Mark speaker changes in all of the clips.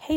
Speaker 1: hey,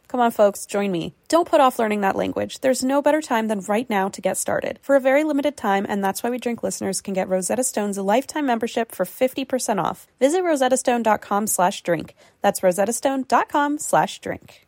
Speaker 1: Come on, folks, join me. Don't put off learning that language. There's no better time than right now to get started. For a very limited time, and that's why we drink listeners can get Rosetta Stone's lifetime membership for 50% off. Visit rosettastone.com slash drink. That's rosettastone.com slash drink.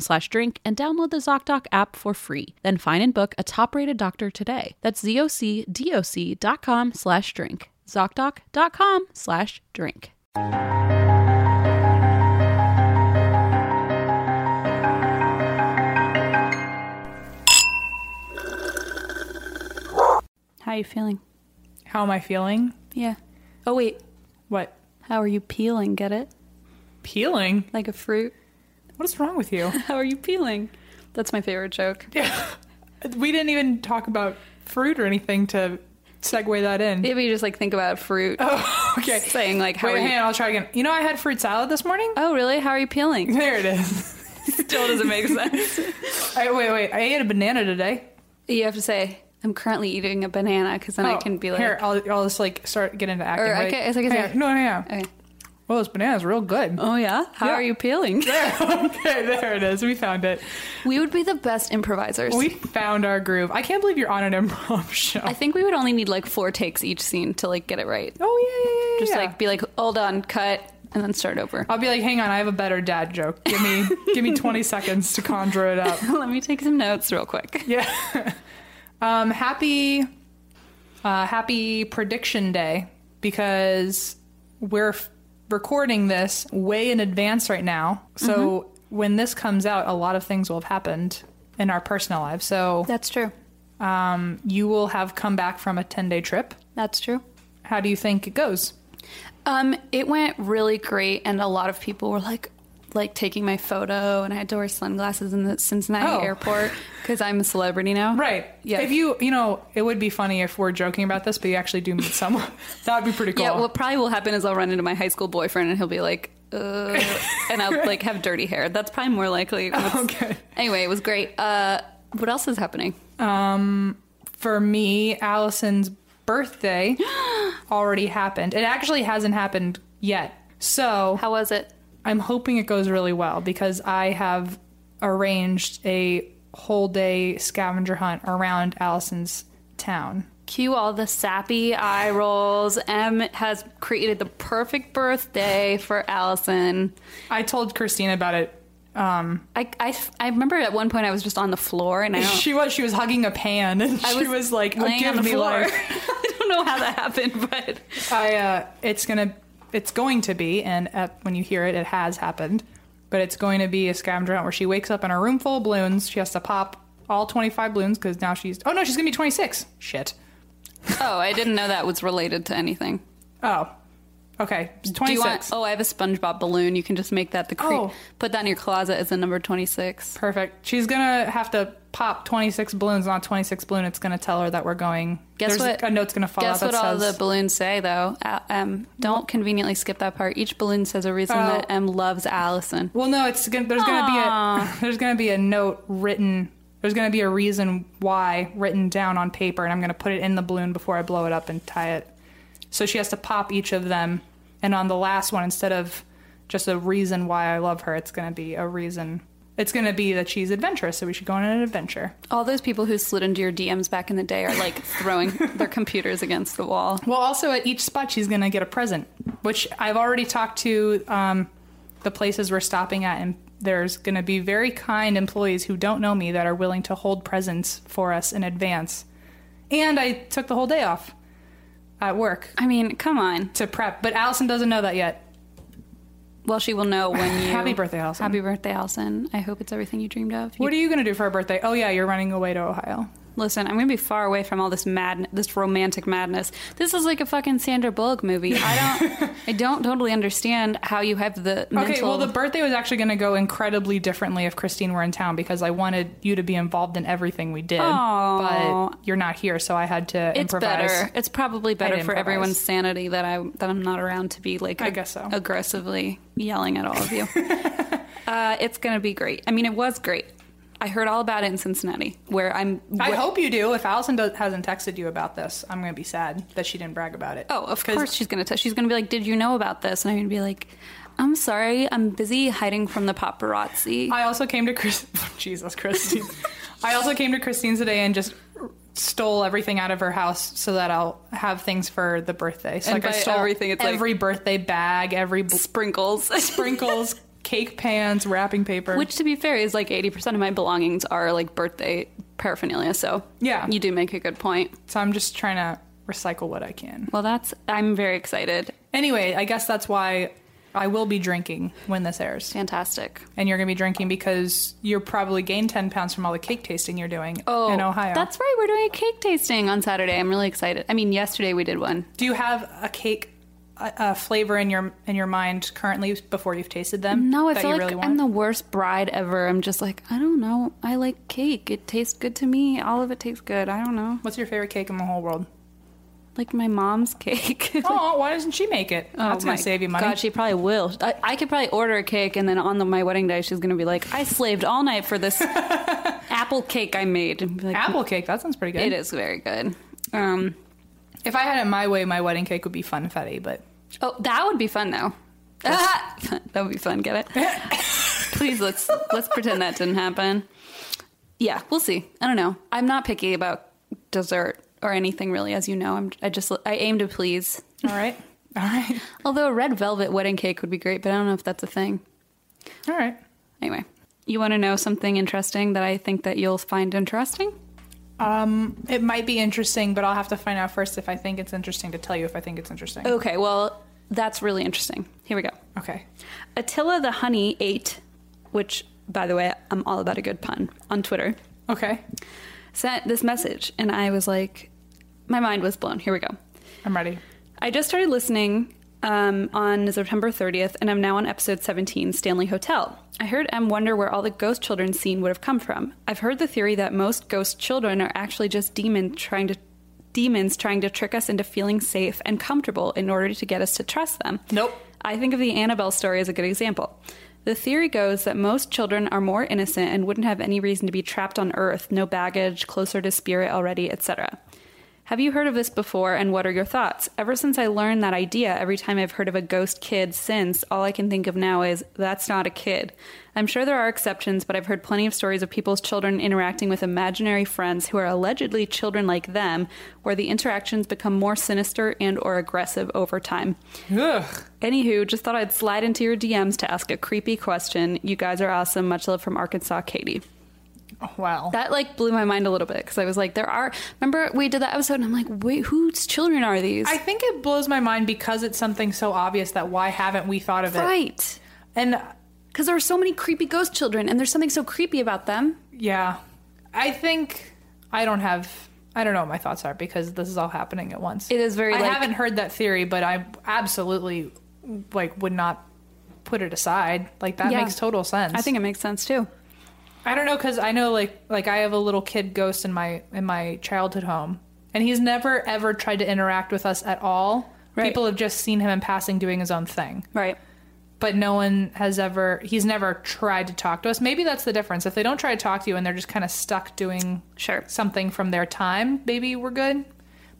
Speaker 2: slash drink and download the ZocDoc app for free. Then find and book a top-rated doctor today. That's zocdoc.com slash drink. ZocDoc.com slash drink. How you feeling?
Speaker 3: How am I feeling?
Speaker 2: Yeah. Oh, wait.
Speaker 3: What?
Speaker 2: How are you peeling? Get it?
Speaker 3: Peeling?
Speaker 2: Like a fruit?
Speaker 3: What is wrong with you?
Speaker 2: How are you peeling? That's my favorite joke.
Speaker 3: we didn't even talk about fruit or anything to segue that in.
Speaker 2: If you just like think about fruit,
Speaker 3: Oh, okay.
Speaker 2: saying like, how
Speaker 3: Wait,
Speaker 2: are you?
Speaker 3: hang on, I'll try again. You know, I had fruit salad this morning?
Speaker 2: Oh, really? How are you peeling?
Speaker 3: There it is.
Speaker 2: Still doesn't make sense.
Speaker 3: I, wait, wait. I ate a banana today.
Speaker 2: you have to say, I'm currently eating a banana because then I
Speaker 3: Oh,
Speaker 2: can be like,
Speaker 3: Here, I'll, I'll just like start get into acting.
Speaker 2: Or I
Speaker 3: right?
Speaker 2: can- it's like- it's
Speaker 3: Hang
Speaker 2: like-
Speaker 3: on. no, no, no.
Speaker 2: Okay.
Speaker 3: Well, this banana's real good.
Speaker 2: Oh yeah, how
Speaker 3: Yeah.
Speaker 2: are you peeling?
Speaker 3: There, okay, there it is. We found it.
Speaker 2: We would be the best improvisers.
Speaker 3: We found our groove. I can't believe you're on an improv show.
Speaker 2: I think we would only need like four takes each scene to like get it right.
Speaker 3: oh yeah, yeah, yeah, yeah.
Speaker 2: Just
Speaker 3: yeah.
Speaker 2: like be like, hold on, cut, and then start over.
Speaker 3: I'll be like, hang on, I have a better dad joke. Give me give me twenty seconds to conjure it up.
Speaker 2: Let me take some notes real quick.
Speaker 3: Yeah. Um, happy uh, happy prediction day because we're f- recording this way in advance right now. So when this comes out, a lot of things will have happened in our personal lives. So
Speaker 2: That's true.
Speaker 3: um, you will have come back from a ten day trip.
Speaker 2: That's true.
Speaker 3: How do you think it goes?
Speaker 2: Um, it went really great, and a lot of people were like, like taking my photo, and I had to wear sunglasses in the Cincinnati
Speaker 3: Oh.
Speaker 2: airport because I'm a celebrity now.
Speaker 3: Right.
Speaker 2: Yeah.
Speaker 3: If you, you know, it would be funny if we're joking about this, but you actually do meet someone. that would be pretty cool.
Speaker 2: Yeah. What probably will happen is I'll run into my high school boyfriend, and he'll be like, uh, and I'll like have dirty hair. That's probably more likely.
Speaker 3: Oh, Okay.
Speaker 2: Anyway, it was great. Uh, what else is happening?
Speaker 3: for me, Allison's birthday already happened. It actually hasn't happened yet. So
Speaker 2: How was it?
Speaker 3: I'm hoping it goes really well because I have arranged a whole day scavenger hunt around Allison's town.
Speaker 2: Cue all the sappy eye rolls. M has created the perfect birthday for Allison.
Speaker 3: I told Christine about it. Um,
Speaker 2: I, I, I remember at one point I was just on the floor and I don't,
Speaker 3: she was she was hugging a pan and
Speaker 2: I
Speaker 3: she was, like,
Speaker 2: laying
Speaker 3: "Give
Speaker 2: on the
Speaker 3: me
Speaker 2: floor.
Speaker 3: life."
Speaker 2: I don't know how that happened, but
Speaker 3: I uh, it's gonna it's going to be, and uh, when you hear it, it has happened. But it's going to be a scavenger hunt where she wakes up in a room full of balloons. She has to pop all twenty five balloons because now she's oh no, she's gonna be twenty six. Shit.
Speaker 4: Oh, I didn't know that was related to anything.
Speaker 3: Oh, okay. It's
Speaker 4: Do you
Speaker 3: 26.
Speaker 4: want? Oh, I have a SpongeBob balloon. You can just make that the cre-
Speaker 3: Oh.
Speaker 4: put that in your closet as a number twenty six.
Speaker 3: Perfect. She's going to have to pop 26 balloons on a 26 balloon. It's going to tell her that we're going.
Speaker 4: Guess
Speaker 3: There's
Speaker 4: what?
Speaker 3: A note's going to fall
Speaker 4: Guess
Speaker 3: out
Speaker 4: what
Speaker 3: that
Speaker 4: all
Speaker 3: says,
Speaker 4: the balloons say though. Uh, um, don't conveniently skip that part. Each balloon says a reason
Speaker 3: Oh.
Speaker 4: that M loves Allison.
Speaker 3: Well, no, it's gonna, there's going to be a there's going to be a note written. There's going to be a reason why written down on paper, and I'm going to put it in the balloon before I blow it up and tie it. So she has to pop each of them, and on the last one, instead of just a reason why I love her, it's going to be a reason. It's going to be that she's adventurous, so we should go on an adventure.
Speaker 4: All those people who slid into your DMs back in the day are like throwing their computers against the wall.
Speaker 3: Well, also at each spot, she's going to get a present, which I've already talked to um, the places we're stopping at, and there's going to be very kind employees who don't know me that are willing to hold presents for us in advance. And I took the whole day off at work
Speaker 4: I mean, come on.
Speaker 3: to prep, but Allison doesn't know that yet.
Speaker 4: Well, she will know when you.
Speaker 3: Happy birthday, Allison.
Speaker 4: Happy birthday, Allison. I hope it's everything you dreamed of. You-
Speaker 3: What are you going to do for her birthday? Oh, yeah, you're running away to Ohio.
Speaker 4: Listen, I'm gonna be far away from all this mad, this romantic madness. This is like a fucking Sandra Bullock movie. I don't, I don't totally understand how you have the mental.
Speaker 3: Okay, well, the birthday was actually going to go incredibly differently if Christine were in town because I wanted you to be involved in everything we did.
Speaker 4: Aw.
Speaker 3: But you're not here, so I had to
Speaker 4: it's
Speaker 3: improvise.
Speaker 4: better. It's probably better for
Speaker 3: improvise.
Speaker 4: everyone's sanity that I that I'm not around to be like
Speaker 3: I guess so.
Speaker 4: aggressively yelling at all of you. uh, it's gonna be great. I mean, it was great. I heard all about it in Cincinnati, where I'm.
Speaker 3: I
Speaker 4: where-
Speaker 3: hope you do. If Allison does, hasn't texted you about this, I'm going to be sad that she didn't brag about it.
Speaker 4: Oh, of
Speaker 3: 'Cause-
Speaker 4: course she's gonna. T- she's gonna be like, "Did you know about this?" And I'm gonna be like, "I'm sorry, I'm busy hiding from the paparazzi."
Speaker 3: I also came to Chris. Jesus, Christine. I also came to Christine's today and just stole everything out of her house so that I'll have things for the birthday. So
Speaker 4: And
Speaker 3: like I
Speaker 4: by
Speaker 3: stole
Speaker 4: everything, it's like-
Speaker 3: every birthday bag, every bl-
Speaker 4: sprinkles.
Speaker 3: sprinkles, cake pans, wrapping paper.
Speaker 4: Which, to be fair, is like 80% of my belongings are like birthday paraphernalia. So,
Speaker 3: Yeah.
Speaker 4: You do make a good point.
Speaker 3: so I'm just trying to recycle what I can.
Speaker 4: Well, that's, I'm very excited.
Speaker 3: Anyway, I guess that's why I will be drinking when this airs.
Speaker 4: Fantastic.
Speaker 3: and you're going to be drinking because you're probably gained 10 pounds from all the cake tasting you're doing
Speaker 4: Oh,
Speaker 3: in Ohio.
Speaker 4: That's right. We're doing a cake tasting on Saturday. I'm really excited. I mean, yesterday we did one.
Speaker 3: Do you have a cake uh, uh, flavor in your in your mind currently before you've tasted them?
Speaker 4: No, I
Speaker 3: that
Speaker 4: feel
Speaker 3: you
Speaker 4: like
Speaker 3: really want?
Speaker 4: I'm the worst bride ever. I'm just like, I don't know. I like cake. It tastes good to me. All of it tastes good. I don't know.
Speaker 3: What's your favorite cake in the whole world?
Speaker 4: Like my mom's cake.
Speaker 3: Oh, why doesn't she make it? that's
Speaker 4: Oh my
Speaker 3: going to save you money.
Speaker 4: God, she probably will. I, I could probably order a cake, and then on the, my wedding day, she's going to be like, "I slaved all night for this apple cake I made." And be like,
Speaker 3: Apple cake, that sounds pretty good.
Speaker 4: It is very good. Um,
Speaker 3: If I had it my way, my wedding cake would be funfetti, but
Speaker 4: oh, that would be fun though. Ah! that would be fun. Get it? Please let's let's pretend that didn't happen. Yeah, we'll see. I don't know. I'm not picky about dessert or anything really, as you know. I'm I just I aim to please.
Speaker 3: all right. All right.
Speaker 4: Although a red velvet wedding cake would be great, but I don't know if that's a thing.
Speaker 3: All right.
Speaker 4: Anyway, you want to know something interesting that I think that you'll find interesting?
Speaker 3: Um, it might be interesting, but I'll have to find out first if I think it's interesting to tell you if I think it's interesting.
Speaker 4: Okay, well, that's really interesting. Here we go.
Speaker 3: Okay.
Speaker 4: Attila the Honey ate, which, by the way, I'm all about a good pun on Twitter,
Speaker 3: Okay.
Speaker 4: sent this message, and I was like, my mind was blown. Here we go.
Speaker 3: I'm ready.
Speaker 4: I just started listening um, on September 30th, and I'm now on episode 17, Stanley Hotel. I heard M wonder where all the ghost children scene would have come from. I've heard the theory that most ghost children are actually just demon trying to demons trying to trick us into feeling safe and comfortable in order to get us to trust them.
Speaker 3: Nope.
Speaker 4: I think of the Annabelle story as a good example. The theory goes that most children are more innocent and wouldn't have any reason to be trapped on earth, no baggage, closer to spirit already, etc. Have you heard of this before and what are your thoughts? Ever since I learned that idea, every time I've heard of a ghost kid since, all I can think of now is that's not a kid. I'm sure there are exceptions, but I've heard plenty of stories of people's children interacting with imaginary friends who are allegedly children like them, where the interactions become more sinister and or aggressive over time.
Speaker 3: Ugh.
Speaker 4: Anywho, just thought I'd slide into your DMs to ask a creepy question. You guys are awesome. Much love from Arkansas, Katie.
Speaker 3: Wow.
Speaker 4: That like blew my mind a little bit because I was like, there are. Remember we did that episode, and I'm like, wait, whose children are these?
Speaker 3: I think it blows my mind because it's something so obvious that why haven't we thought of it?
Speaker 4: right?
Speaker 3: And
Speaker 4: Because there are so many creepy ghost children, and there's something so creepy about them.
Speaker 3: yeah, I think I don't have. I I don't know what my thoughts are because this is all happening at once.
Speaker 4: It is very,
Speaker 3: I
Speaker 4: like-
Speaker 3: haven't heard that theory, but I absolutely like would not put it aside. Like that
Speaker 4: Yeah.
Speaker 3: makes total sense.
Speaker 4: I think it makes sense too.
Speaker 3: I don't know because I know like like I have a little kid ghost in my in my childhood home, and he's never ever tried to interact with us at all.
Speaker 4: Right.
Speaker 3: People have just seen him in passing doing his own thing,
Speaker 4: Right.
Speaker 3: but no one has ever. He's never tried to talk to us. Maybe that's the difference. If they don't try to talk to you and they're just kind of stuck doing
Speaker 4: Sure.
Speaker 3: something from their time, maybe we're good.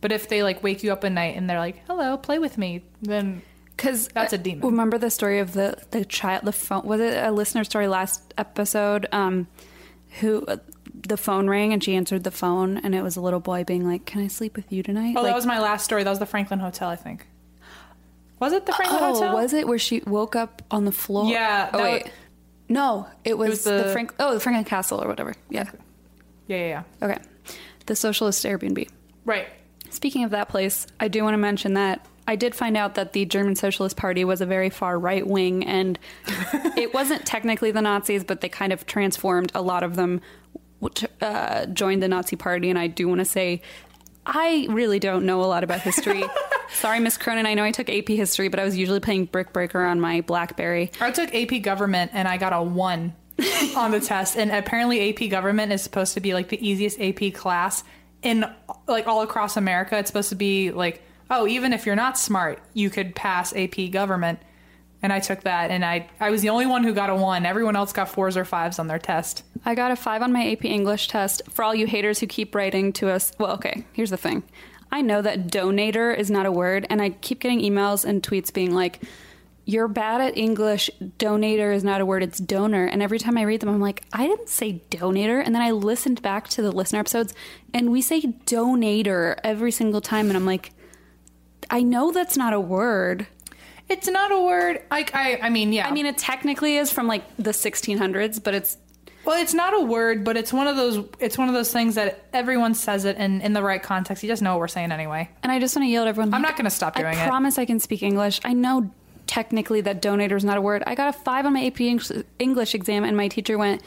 Speaker 3: But if they like wake you up at night and they're like, "Hello, play with me," then
Speaker 4: Because
Speaker 3: That's a demon.
Speaker 4: uh, Remember the story of the the child, the phone. Was it a listener story last episode? Um, who uh, the phone rang and she answered the phone, and it was a little boy being like, "Can I sleep with you tonight?"
Speaker 3: oh,
Speaker 4: like,
Speaker 3: that was my last story. That was the Franklin Hotel, I think. Was it the Franklin
Speaker 4: oh,
Speaker 3: Hotel?
Speaker 4: was it where she woke up on the floor?
Speaker 3: Yeah,
Speaker 4: Oh
Speaker 3: that
Speaker 4: wait,
Speaker 3: was-
Speaker 4: no, it was,
Speaker 3: was
Speaker 4: the,
Speaker 3: the-
Speaker 4: Frank. Oh, the Franklin Castle or whatever. Yeah.
Speaker 3: Yeah, yeah, yeah.
Speaker 4: Okay. The socialist Airbnb.
Speaker 3: Right.
Speaker 4: Speaking of that place, I do want to mention that I did find out that the German Socialist Party was a very far right wing, and it wasn't technically the Nazis, but they kind of transformed. A lot of them which, uh, joined the Nazi Party, and I do want to say I really don't know a lot about history. Sorry, Miss Cronin. I know I took AP history, but I was usually playing Brick Breaker on my Blackberry.
Speaker 3: I took AP Government and I got a one on the test. And apparently, AP Government is supposed to be like the easiest AP class in like all across America. It's supposed to be like, oh, even if you're not smart, you could pass AP Government. And I took that, and I I was the only one who got a one. Everyone else got fours or fives on their test.
Speaker 4: I got a five on my AP English test. For all you haters who keep writing to us, well, okay, here's the thing. I know that donator is not a word, and I keep getting emails and tweets being like, you're bad at English. Donator is not a word, it's donor. And every time I read them, I'm like, I didn't say donator. And then I listened back to the listener episodes, and we say donator every single time. And I'm like, I know that's not a word.
Speaker 3: It's not a word. I I, I mean, yeah.
Speaker 4: I mean, it technically is from like the 1600s, but it's
Speaker 3: Well, it's not a word, but it's one of those. It's one of those things that everyone says it, and in the right context, you just know what we're saying anyway.
Speaker 4: And I just want to yell at everyone.
Speaker 3: I'm
Speaker 4: like,
Speaker 3: not gonna stop doing
Speaker 4: I
Speaker 3: it.
Speaker 4: promise I can speak English. I know technically that donator is not a word. I got a five on my AP Eng- English exam, and my teacher went,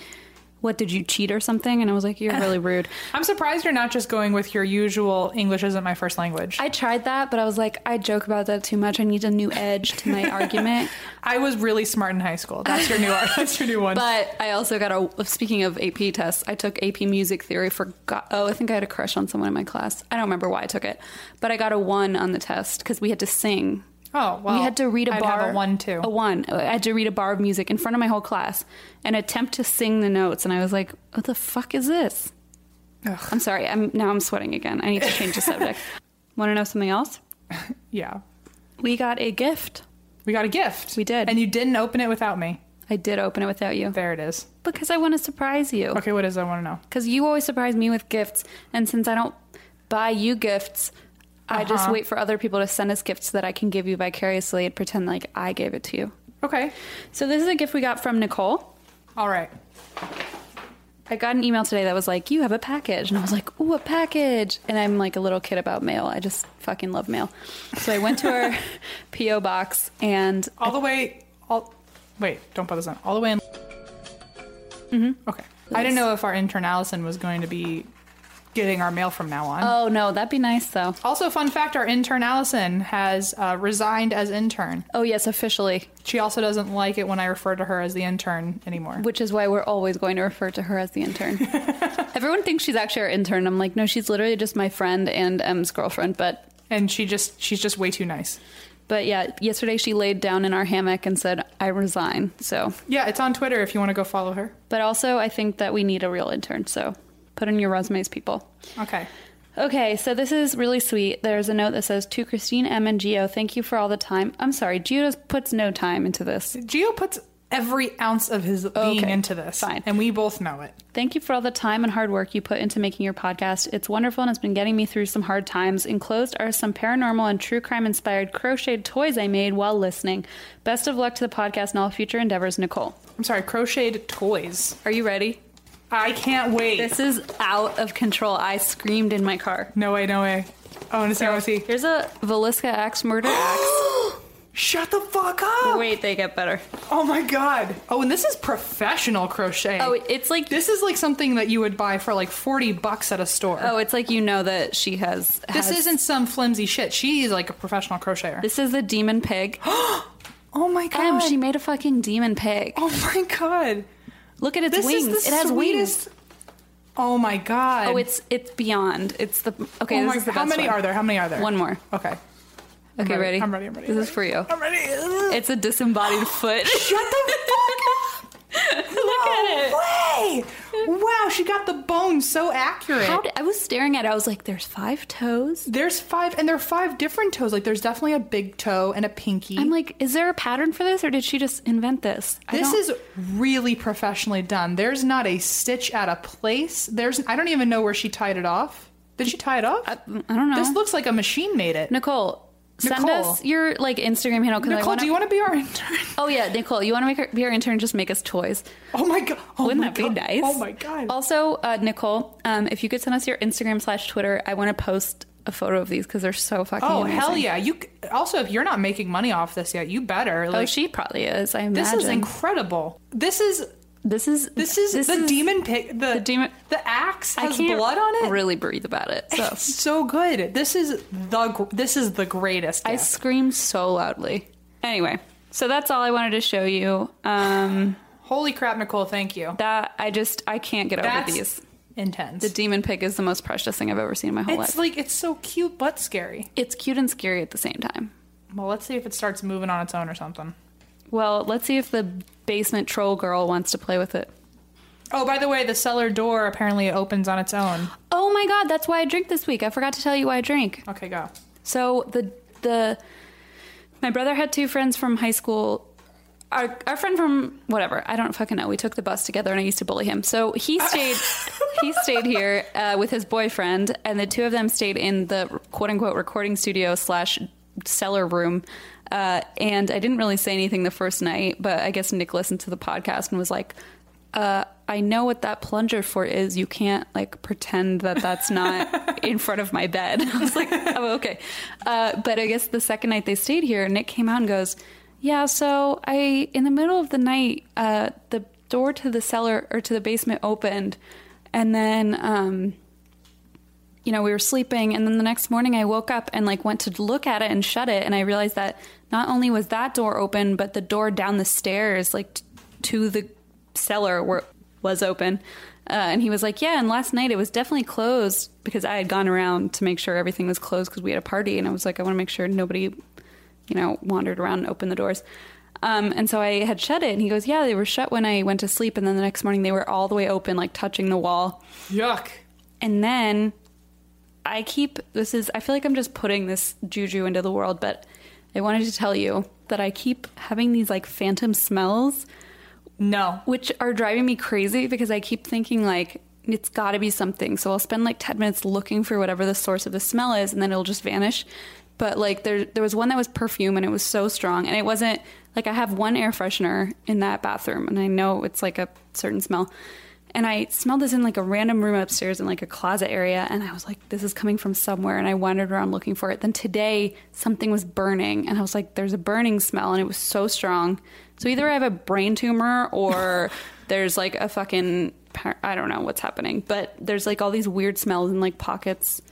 Speaker 4: "What did you cheat or something?" And I was like, "You're really rude."
Speaker 3: I'm surprised you're not just going with your usual English isn't my first language. I,
Speaker 4: I tried that, but I was like, I joke about that too much. I need a new edge to my argument.
Speaker 3: was really smart in high school. That's your new that's your new one.
Speaker 4: But I also got a. Speaking of AP tests, I took AP Music Theory for. go- Oh, I think I had a crush on someone in my class. I don't remember why I took it, but I got a one on the test because we had to sing.
Speaker 3: Oh, well,
Speaker 4: we had to read a
Speaker 3: I'd have
Speaker 4: bar.
Speaker 3: a one, too.
Speaker 4: A one. I had to read a bar of music in front of my whole class and attempt to sing the notes, and I was like, "What the fuck is this?" I'm sorry. I'm now I'm sweating again. I need to change the subject. Want to know something else?
Speaker 3: yeah.
Speaker 4: We got a gift.
Speaker 3: We got a gift.
Speaker 4: We did.
Speaker 3: And you didn't open it without me.
Speaker 4: I did open it without you
Speaker 3: There it is.
Speaker 4: because I want to surprise you.
Speaker 3: Okay, what is it? I want to know.
Speaker 4: because you always surprise me with gifts and since i don't buy you gifts i just wait for other people to send us gifts that i can give you vicariously and pretend like i gave it to you
Speaker 3: Okay.
Speaker 4: so this is a gift we got from nicole
Speaker 3: All right.
Speaker 4: i got an email today that was like you have a package and i was like ooh a package and i'm like a little kid about mail i just fucking love mail so i went to our po box and
Speaker 3: All the way all Wait, don't put this on. All the way in Mm-hmm.
Speaker 4: Mm-hmm.
Speaker 3: Okay. I didn't know if our intern Allison was going to be getting our mail from now on.
Speaker 4: oh no that'd be nice though
Speaker 3: also, fun fact our intern Allison has uh, resigned as intern.
Speaker 4: oh yes officially
Speaker 3: She also doesn't like it when I refer to her as the intern anymore.
Speaker 4: which is why we're always going to refer to her as the intern. Everyone thinks she's actually our intern. I'm like, no, she's literally just my friend and M's girlfriend. But
Speaker 3: and she just she's just way too nice.
Speaker 4: but yeah, yesterday she laid down in our hammock and said, I resign. So,
Speaker 3: Yeah, it's on Twitter if you want to go follow her.
Speaker 4: but also I think that we need a real intern. So put in your resumes, people.
Speaker 3: Okay.
Speaker 4: Okay, so this is really sweet. There's a note that says to Christine M and Geo, thank you for all the time. I'm sorry, Geo just puts no time into this.
Speaker 3: Geo puts every ounce of his being
Speaker 4: Okay,
Speaker 3: into this.
Speaker 4: fine.
Speaker 3: And we both know it.
Speaker 4: Thank you for all the time and hard work you put into making your podcast. It's wonderful and has been getting me through some hard times. Enclosed are some paranormal and true crime inspired crocheted toys I made while listening. Best of luck to the podcast and all future endeavors, Nicole.
Speaker 3: I'm sorry, crocheted toys.
Speaker 4: Are you ready?
Speaker 3: I can't wait.
Speaker 4: This is out of control. I screamed in my car.
Speaker 3: no way, no way. Oh, and it's so,
Speaker 4: Here's a Velisca axe murder axe.
Speaker 3: Shut the fuck up!
Speaker 4: Wait, they get better.
Speaker 3: Oh my god! Oh, and this is professional crochet.
Speaker 4: Oh, it's like
Speaker 3: this is like something that you would buy for like forty bucks at a store.
Speaker 4: Oh, it's like you know that she has.
Speaker 3: this
Speaker 4: has-
Speaker 3: isn't some flimsy shit. She's like a professional crocheter.
Speaker 4: This is the demon pig.
Speaker 3: oh my god!
Speaker 4: Em, she made a fucking demon pig.
Speaker 3: oh my god!
Speaker 4: Look at its
Speaker 3: This
Speaker 4: wings.
Speaker 3: is the
Speaker 4: it has wings.
Speaker 3: sweetest. Oh my god!
Speaker 4: Oh, it's it's beyond. It's the okay.
Speaker 3: Oh
Speaker 4: this
Speaker 3: my,
Speaker 4: is the
Speaker 3: how
Speaker 4: best
Speaker 3: many
Speaker 2: one.
Speaker 3: are there? How many are there?
Speaker 4: One more.
Speaker 3: Okay. I'm
Speaker 4: Okay, ready?
Speaker 3: I'm ready. I'm ready.
Speaker 4: This
Speaker 3: I'm
Speaker 4: is for you.
Speaker 3: I'm ready.
Speaker 4: It's a disembodied foot.
Speaker 3: Shut the fuck up!
Speaker 4: Look at it.
Speaker 3: Way! Wow, she got the bones so accurate.
Speaker 4: How did, I was staring at it. I was like, "There's five toes."
Speaker 3: there's five, and there are five different toes. Like, there's definitely a big toe and a pinky.
Speaker 4: I'm like, "Is there a pattern for this, or did she just invent this?" I
Speaker 3: this
Speaker 4: don't-
Speaker 3: is really professionally done. There's not a stitch out of place. There's I don't even know where she tied it off. Did she tie it off?
Speaker 4: I, I don't know.
Speaker 3: This looks like a machine made it.
Speaker 4: Nicole. Send
Speaker 3: Nicole.
Speaker 4: us your like Instagram handle because I
Speaker 3: Nicole,
Speaker 4: want
Speaker 3: do you want to be our intern?
Speaker 4: Oh yeah, Nicole, you want to make her, be our intern? Just make us toys.
Speaker 3: Oh my god! Oh
Speaker 4: Wouldn't
Speaker 3: my
Speaker 4: that be
Speaker 3: God.
Speaker 4: nice?
Speaker 3: Oh my god!
Speaker 4: Also, uh, Nicole, um, if you could send us your Instagram slash Twitter, I want to post a photo of these because they're so fucking.
Speaker 3: oh
Speaker 4: amazing.
Speaker 3: hell yeah! You c- also if you're not making money off this yet, you better.
Speaker 4: Oh,
Speaker 3: Like
Speaker 4: she probably is. I imagine.
Speaker 3: this is incredible. This is
Speaker 4: This is
Speaker 3: this is the demon pick the,
Speaker 4: the demon-
Speaker 3: the axe
Speaker 4: I
Speaker 3: has
Speaker 4: can't
Speaker 3: blood on it.
Speaker 4: Really breathe about it. So
Speaker 3: It's so good. This is the gr- this is the greatest.
Speaker 4: I
Speaker 3: gift.
Speaker 4: screamed so loudly. Anyway, so that's all I wanted to show you. Um,
Speaker 3: Holy crap, Nicole! Thank you.
Speaker 4: that I just I can't get over
Speaker 3: That's
Speaker 4: these.
Speaker 3: intense.
Speaker 4: The demon pig is the most precious thing I've ever seen in my whole
Speaker 3: It's
Speaker 4: life.
Speaker 3: like it's so cute but scary.
Speaker 4: it's cute and scary at the same time.
Speaker 3: Well, let's see if it starts moving on its own or something.
Speaker 4: Well, let's see if the basement troll girl wants to play with it.
Speaker 3: Oh, by the way, the cellar door apparently opens on its own.
Speaker 4: Oh my god, that's why I drink this week. I forgot to tell you why I drink.
Speaker 3: Okay, go.
Speaker 4: So the the my brother had two friends from high school. Our our friend from whatever I don't fucking know. We took the bus together, and I used to bully him. So he stayed he stayed here uh, with his boyfriend, and the two of them stayed in the quote unquote recording studio slash cellar room. Uh, and I didn't really say anything the first night, but I guess Nick listened to the podcast and was like, uh, I know what that plunger for is. You can't like pretend that that's not in front of my bed. I was like, oh, okay. Uh, but I guess the second night they stayed here, Nick came out and goes, yeah, so I, in the middle of the night, uh, the door to the cellar or to the basement opened and then, um, you know, we were sleeping, and then the next morning I woke up and like went to look at it and shut it, and I realized that not only was that door open, but the door down the stairs, like t- to the cellar, were was open. Uh, and he was like, "Yeah." And last night it was definitely closed because I had gone around to make sure everything was closed because we had a party, and I was like, "I want to make sure nobody, you know, wandered around and opened the doors." Um, and so I had shut it, and he goes, "Yeah, they were shut when I went to sleep, and then the next morning they were all the way open, like touching the wall."
Speaker 3: Yuck.
Speaker 4: And then I keep this is I feel like I'm just putting this juju into the world, but I wanted to tell you that I keep having these like phantom smells
Speaker 3: No.
Speaker 4: which are driving me crazy because I keep thinking like it's got to be something. So I'll spend like 10 minutes looking for whatever the source of the smell is and then it'll just vanish. But like there there was one that was perfume and it was so strong and it wasn't like I have one air freshener in that bathroom and I know it's like a certain smell. And I smelled this in like a random room upstairs in like a closet area and I was like this is coming from somewhere and I wandered around looking for it. Then today something was burning and I was like there's a burning smell and it was so strong. So either I have a brain tumor or there's like a fucking par- I don't know what's happening, but there's like all these weird smells in like pockets.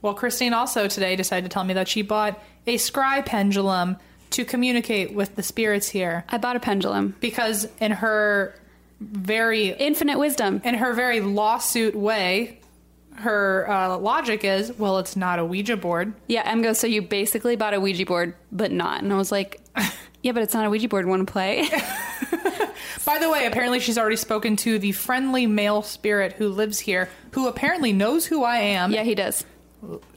Speaker 3: Well, Christine also today decided to tell me that she bought a scry pendulum to communicate with the spirits here
Speaker 4: I bought a pendulum.
Speaker 3: because in her very
Speaker 4: Infinite wisdom.
Speaker 3: in her very lawsuit way, her uh, logic is, well, it's not a Ouija board.
Speaker 4: Yeah, Em goes, so you basically bought a Ouija board, but not. And I was like, yeah, but it's not a Ouija board. Want to play?
Speaker 3: By the way, apparently she's already spoken to the friendly male spirit who lives here, who apparently knows who I am
Speaker 4: yeah, he does.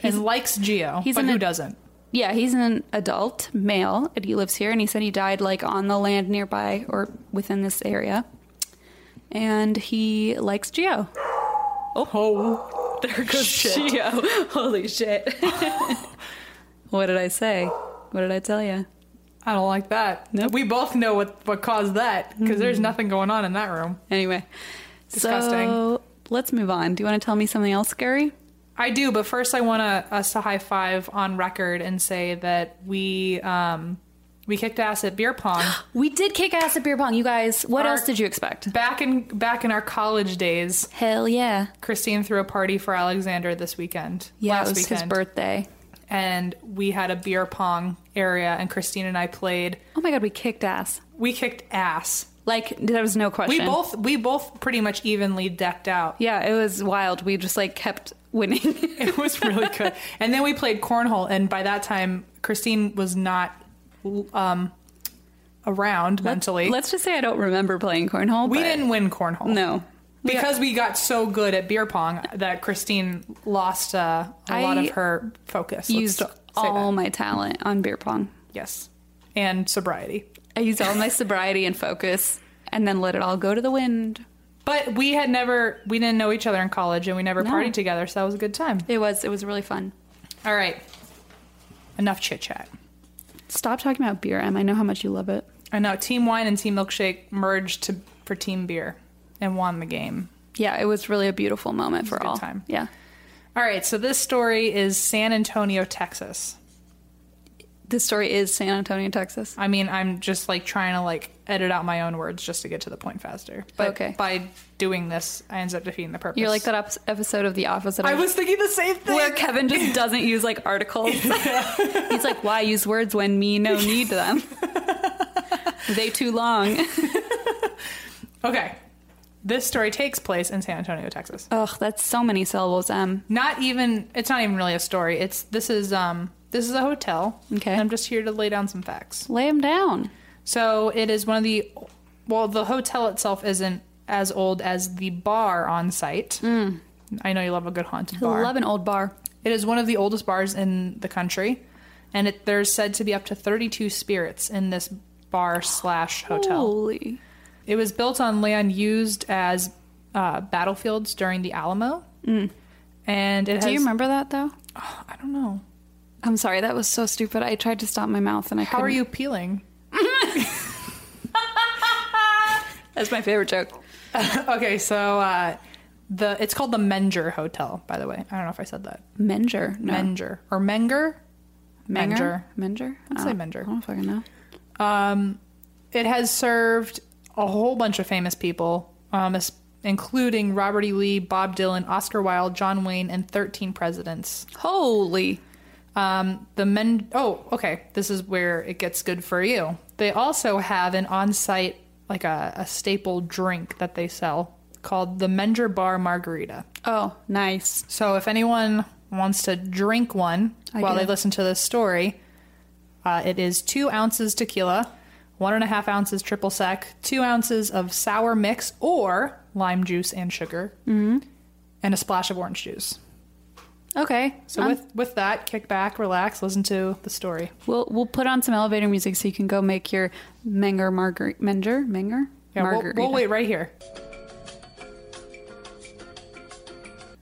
Speaker 3: and likes Geo,
Speaker 4: he's
Speaker 3: but
Speaker 4: an
Speaker 3: who
Speaker 4: ad-
Speaker 3: doesn't?
Speaker 4: Yeah, he's an adult male and he lives here. And he said he died like on the land nearby or within this area. And he likes Geo.
Speaker 3: Oh,
Speaker 4: There goes Geo. Holy shit. what did I say? What did I tell you?
Speaker 3: I don't like that.
Speaker 4: Nope. Mm.
Speaker 3: We both know what, what caused that because there's nothing going on in that room.
Speaker 4: Anyway.
Speaker 3: Disgusting.
Speaker 4: So let's move on. Do you want to tell me something else scary?
Speaker 3: I do, but first I want to, us to high five on record and say that we um, We kicked ass at beer pong
Speaker 4: We did kick ass at beer pong, you guys. What
Speaker 3: Our-
Speaker 4: else did you expect?
Speaker 3: back in back in our college days.
Speaker 4: Hell yeah.
Speaker 3: Christine threw a party for Alexander this weekend.
Speaker 4: Yeah,
Speaker 3: last
Speaker 4: it was
Speaker 3: weekend,
Speaker 4: his birthday.
Speaker 3: and we had a beer pong area, and Christine and I played.
Speaker 4: Oh my god, we kicked ass.
Speaker 3: We kicked ass.
Speaker 4: Like there was no
Speaker 3: We
Speaker 4: question.
Speaker 3: both we both pretty much evenly decked out.
Speaker 4: Yeah, it was wild. We just like kept winning.
Speaker 3: It was really good. And then we played cornhole, and by that time, Christine was not um, around mentally.
Speaker 4: Let's just say I don't remember playing cornhole.
Speaker 3: we
Speaker 4: but-
Speaker 3: didn't win cornhole.
Speaker 4: No.
Speaker 3: Because we got so good at beer pong that Christine lost uh, a lot
Speaker 4: I
Speaker 3: of her focus. Let's
Speaker 4: used
Speaker 3: say
Speaker 4: all
Speaker 3: that.
Speaker 4: my talent on beer pong.
Speaker 3: yes, and sobriety.
Speaker 4: I used all my sobriety and focus and then let it all go to the wind.
Speaker 3: But we had never we didn't know each other in college, and we never
Speaker 4: No.
Speaker 3: partied together, so that was a good time.
Speaker 4: It was it was really fun.
Speaker 3: All right, enough chit chat.
Speaker 4: Stop talking about beer, Em. I know how much you love it.
Speaker 3: I know Team Wine and Team Milkshake merged to for Team Beer and won the game.
Speaker 4: Yeah, it was really a beautiful moment for
Speaker 3: a good
Speaker 4: all.
Speaker 3: time.
Speaker 4: Yeah.
Speaker 3: All right, so this story is San Antonio, Texas.
Speaker 4: This story is San Antonio, Texas.
Speaker 3: I mean, I'm just like trying to like edit out my own words just to get to the point faster. But
Speaker 4: Okay.
Speaker 3: by doing this, I ends up defeating the purpose.
Speaker 4: You're like that op- episode of The Office that
Speaker 3: I was thinking the same thing.
Speaker 4: where Kevin just doesn't use like articles. He's like, why use words when me no need them? they too long.
Speaker 3: Okay, this story takes place in San Antonio, Texas.
Speaker 4: Ugh, that's so many syllables. Um,
Speaker 3: not even it's not even really a story it's this is um this is a hotel
Speaker 4: Okay.
Speaker 3: i'm just here to lay down some facts
Speaker 4: lay them down.
Speaker 3: so it is one of the well the hotel itself isn't as old as the bar on site
Speaker 4: Mm.
Speaker 3: i know you love a good haunted bar
Speaker 4: Love an old bar.
Speaker 3: it is one of the oldest bars in the country and it, there's said to be up to 32 spirits in this bar slash hotel
Speaker 4: Holy.
Speaker 3: it was built on land used as uh, battlefields during the alamo and it
Speaker 4: Mm. Do
Speaker 3: has
Speaker 4: you remember that though?
Speaker 3: i don't know
Speaker 4: I'm sorry, that was so stupid. I tried to stop my mouth and I
Speaker 3: How
Speaker 4: couldn't.
Speaker 3: are you peeling?
Speaker 4: That's my favorite joke.
Speaker 3: okay, so uh, the it's called the Menger Hotel, by the way. I don't know if I said that.
Speaker 4: Menger. No.
Speaker 3: Menger or Menger.
Speaker 4: Menger. Menger.
Speaker 3: I'd say
Speaker 4: Oh,
Speaker 3: Menger.
Speaker 4: I don't fucking know.
Speaker 3: Um, it has served a whole bunch of famous people, um, es- including Robert E. Lee, Bob Dylan, Oscar Wilde, John Wayne, and 13 presidents.
Speaker 4: Holy.
Speaker 3: Um, the men. Oh, okay. This is where it gets good for you. They also have an on-site, like a, a staple drink that they sell called the Menger Bar Margarita.
Speaker 4: Oh, nice.
Speaker 3: So if anyone wants to drink one
Speaker 4: I
Speaker 3: while
Speaker 4: do.
Speaker 3: they listen to this story, uh, it is two ounces tequila, one and a half ounces triple sec, two ounces of sour mix or lime juice and sugar,
Speaker 4: Mm-hmm.
Speaker 3: and a splash of orange juice.
Speaker 4: Okay.
Speaker 3: So with with that, kick back, relax, listen to the story.
Speaker 4: We'll we'll put on some elevator music so you can go make your Menger margarita. Menger Menger
Speaker 3: Yeah, we'll,
Speaker 4: margarita.
Speaker 3: we'll wait right here.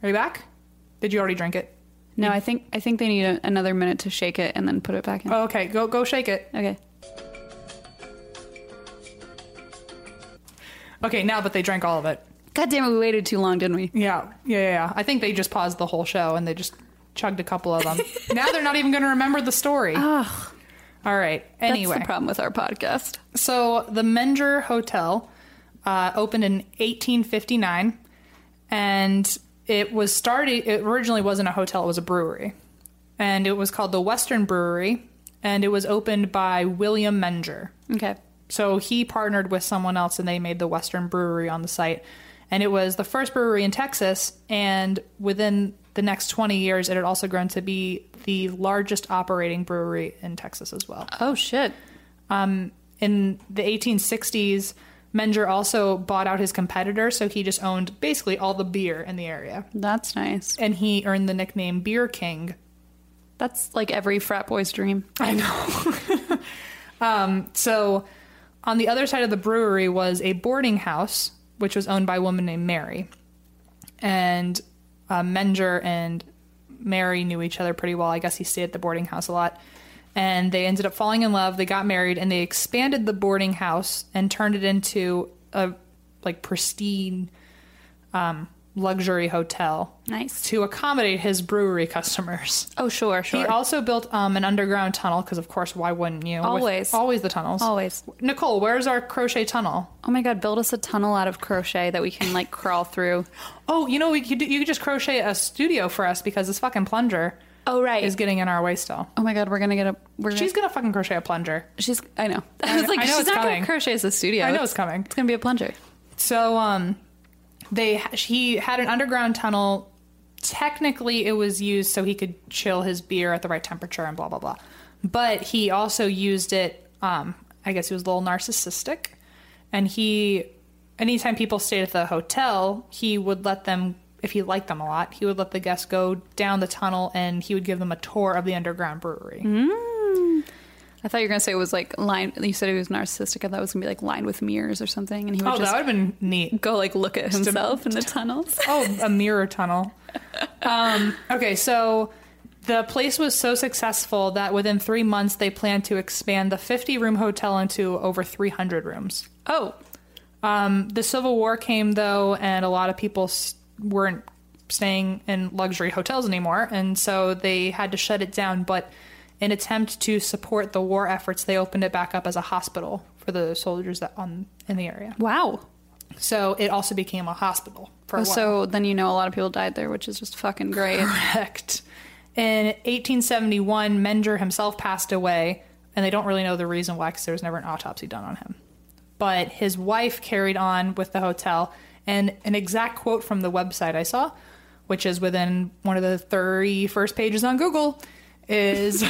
Speaker 3: Are you back? Did you already drink it?
Speaker 4: No, I think I think they need a, another minute to shake it and then put it back in.
Speaker 3: Oh, okay, go go shake it.
Speaker 4: Okay.
Speaker 3: Okay, now that they drank all of it.
Speaker 4: God damn it, we waited too long, didn't we?
Speaker 3: Yeah, yeah, yeah, yeah. I think they just paused the whole show and they just chugged a couple of them. now they're not even going to remember the story.
Speaker 4: Ugh.
Speaker 3: All right.
Speaker 4: That's
Speaker 3: Anyway,
Speaker 4: the problem with our podcast.
Speaker 3: so the Menger Hotel uh, opened in 1859, and it was started. It originally wasn't a hotel; it was a brewery, and it was called the Western Brewery, and it was opened by William Menger.
Speaker 4: Okay.
Speaker 3: So he partnered with someone else and they made the Western Brewery on the site. And it was the first brewery in Texas. And within the next 20 years, it had also grown to be the largest operating brewery in Texas as well.
Speaker 4: Oh shit.
Speaker 3: Um, in the 1860s, Menger also bought out his competitor. So he just owned basically all the beer in the area.
Speaker 4: That's nice.
Speaker 3: And he earned the nickname Beer King
Speaker 4: That's like every frat boy's dream.
Speaker 3: I know. um, so, on the other side of the brewery was a boarding house, which was owned by a woman named Mary. And uh, Menger and Mary knew each other pretty well. I guess he stayed at the boarding house a lot. And they ended up falling in love. They got married, and they expanded the boarding house and turned it into a like pristine um, luxury hotel
Speaker 4: Nice.
Speaker 3: to accommodate his brewery customers.
Speaker 4: Oh, sure,
Speaker 3: He
Speaker 4: sure.
Speaker 3: also built um, an underground tunnel because, of course, why wouldn't you? With-
Speaker 4: Always.
Speaker 3: always the tunnels.
Speaker 4: Always.
Speaker 3: Nicole, where's our crochet tunnel?
Speaker 4: Oh my god, build us a tunnel out of crochet that we can like crawl through.
Speaker 3: Oh, you know, we could, do- you could just crochet a studio for us because this fucking plunger
Speaker 4: Oh right.
Speaker 3: is getting in our way still.
Speaker 4: oh my god, we're gonna get a. We're
Speaker 3: She's
Speaker 4: she's
Speaker 3: gonna fucking crochet a plunger.
Speaker 4: she's. I know. I was like,
Speaker 3: I know
Speaker 4: she's
Speaker 3: it's
Speaker 4: not
Speaker 3: coming.
Speaker 4: gonna crochet as a studio.
Speaker 3: I know Oh, it's coming.
Speaker 4: It's gonna be a plunger.
Speaker 3: So um, they he had an underground tunnel. Technically, it was used so he could chill his beer at the right temperature and blah blah blah. But he also used it. Um, I guess he was a little narcissistic, and he, anytime people stayed at the hotel, he would let them. If he liked them a lot, he would let the guests go down the tunnel and he would give them a tour of the underground brewery.
Speaker 4: I thought you were gonna say it was like lined. You said it was narcissistic. I thought it was gonna be like lined with mirrors or something, and he would
Speaker 3: Oh, that
Speaker 4: just
Speaker 3: would have been neat.
Speaker 4: go like look at himself in the tunnels.
Speaker 3: Oh, a mirror tunnel. Um, okay, so the place was so successful that within three months they planned to expand the 50 room hotel into over 300 rooms.
Speaker 4: Oh,
Speaker 3: Um, the Civil War came though, and a lot of people s- weren't staying in luxury hotels anymore, and so they had to shut it down. But in attempt to support the war efforts, they opened it back up as a hospital for the soldiers that on in the area.
Speaker 4: wow.
Speaker 3: So it also became a hospital for a
Speaker 4: Oh,
Speaker 3: while.
Speaker 4: so then you know a lot of people died there, which is just fucking great.
Speaker 3: Correct. In 1871, Menger himself passed away, and they don't really know the reason why because there was never an autopsy done on him. But his wife carried on with the hotel, and an exact quote from the website I saw, which is within one of the 30 first pages on Google, is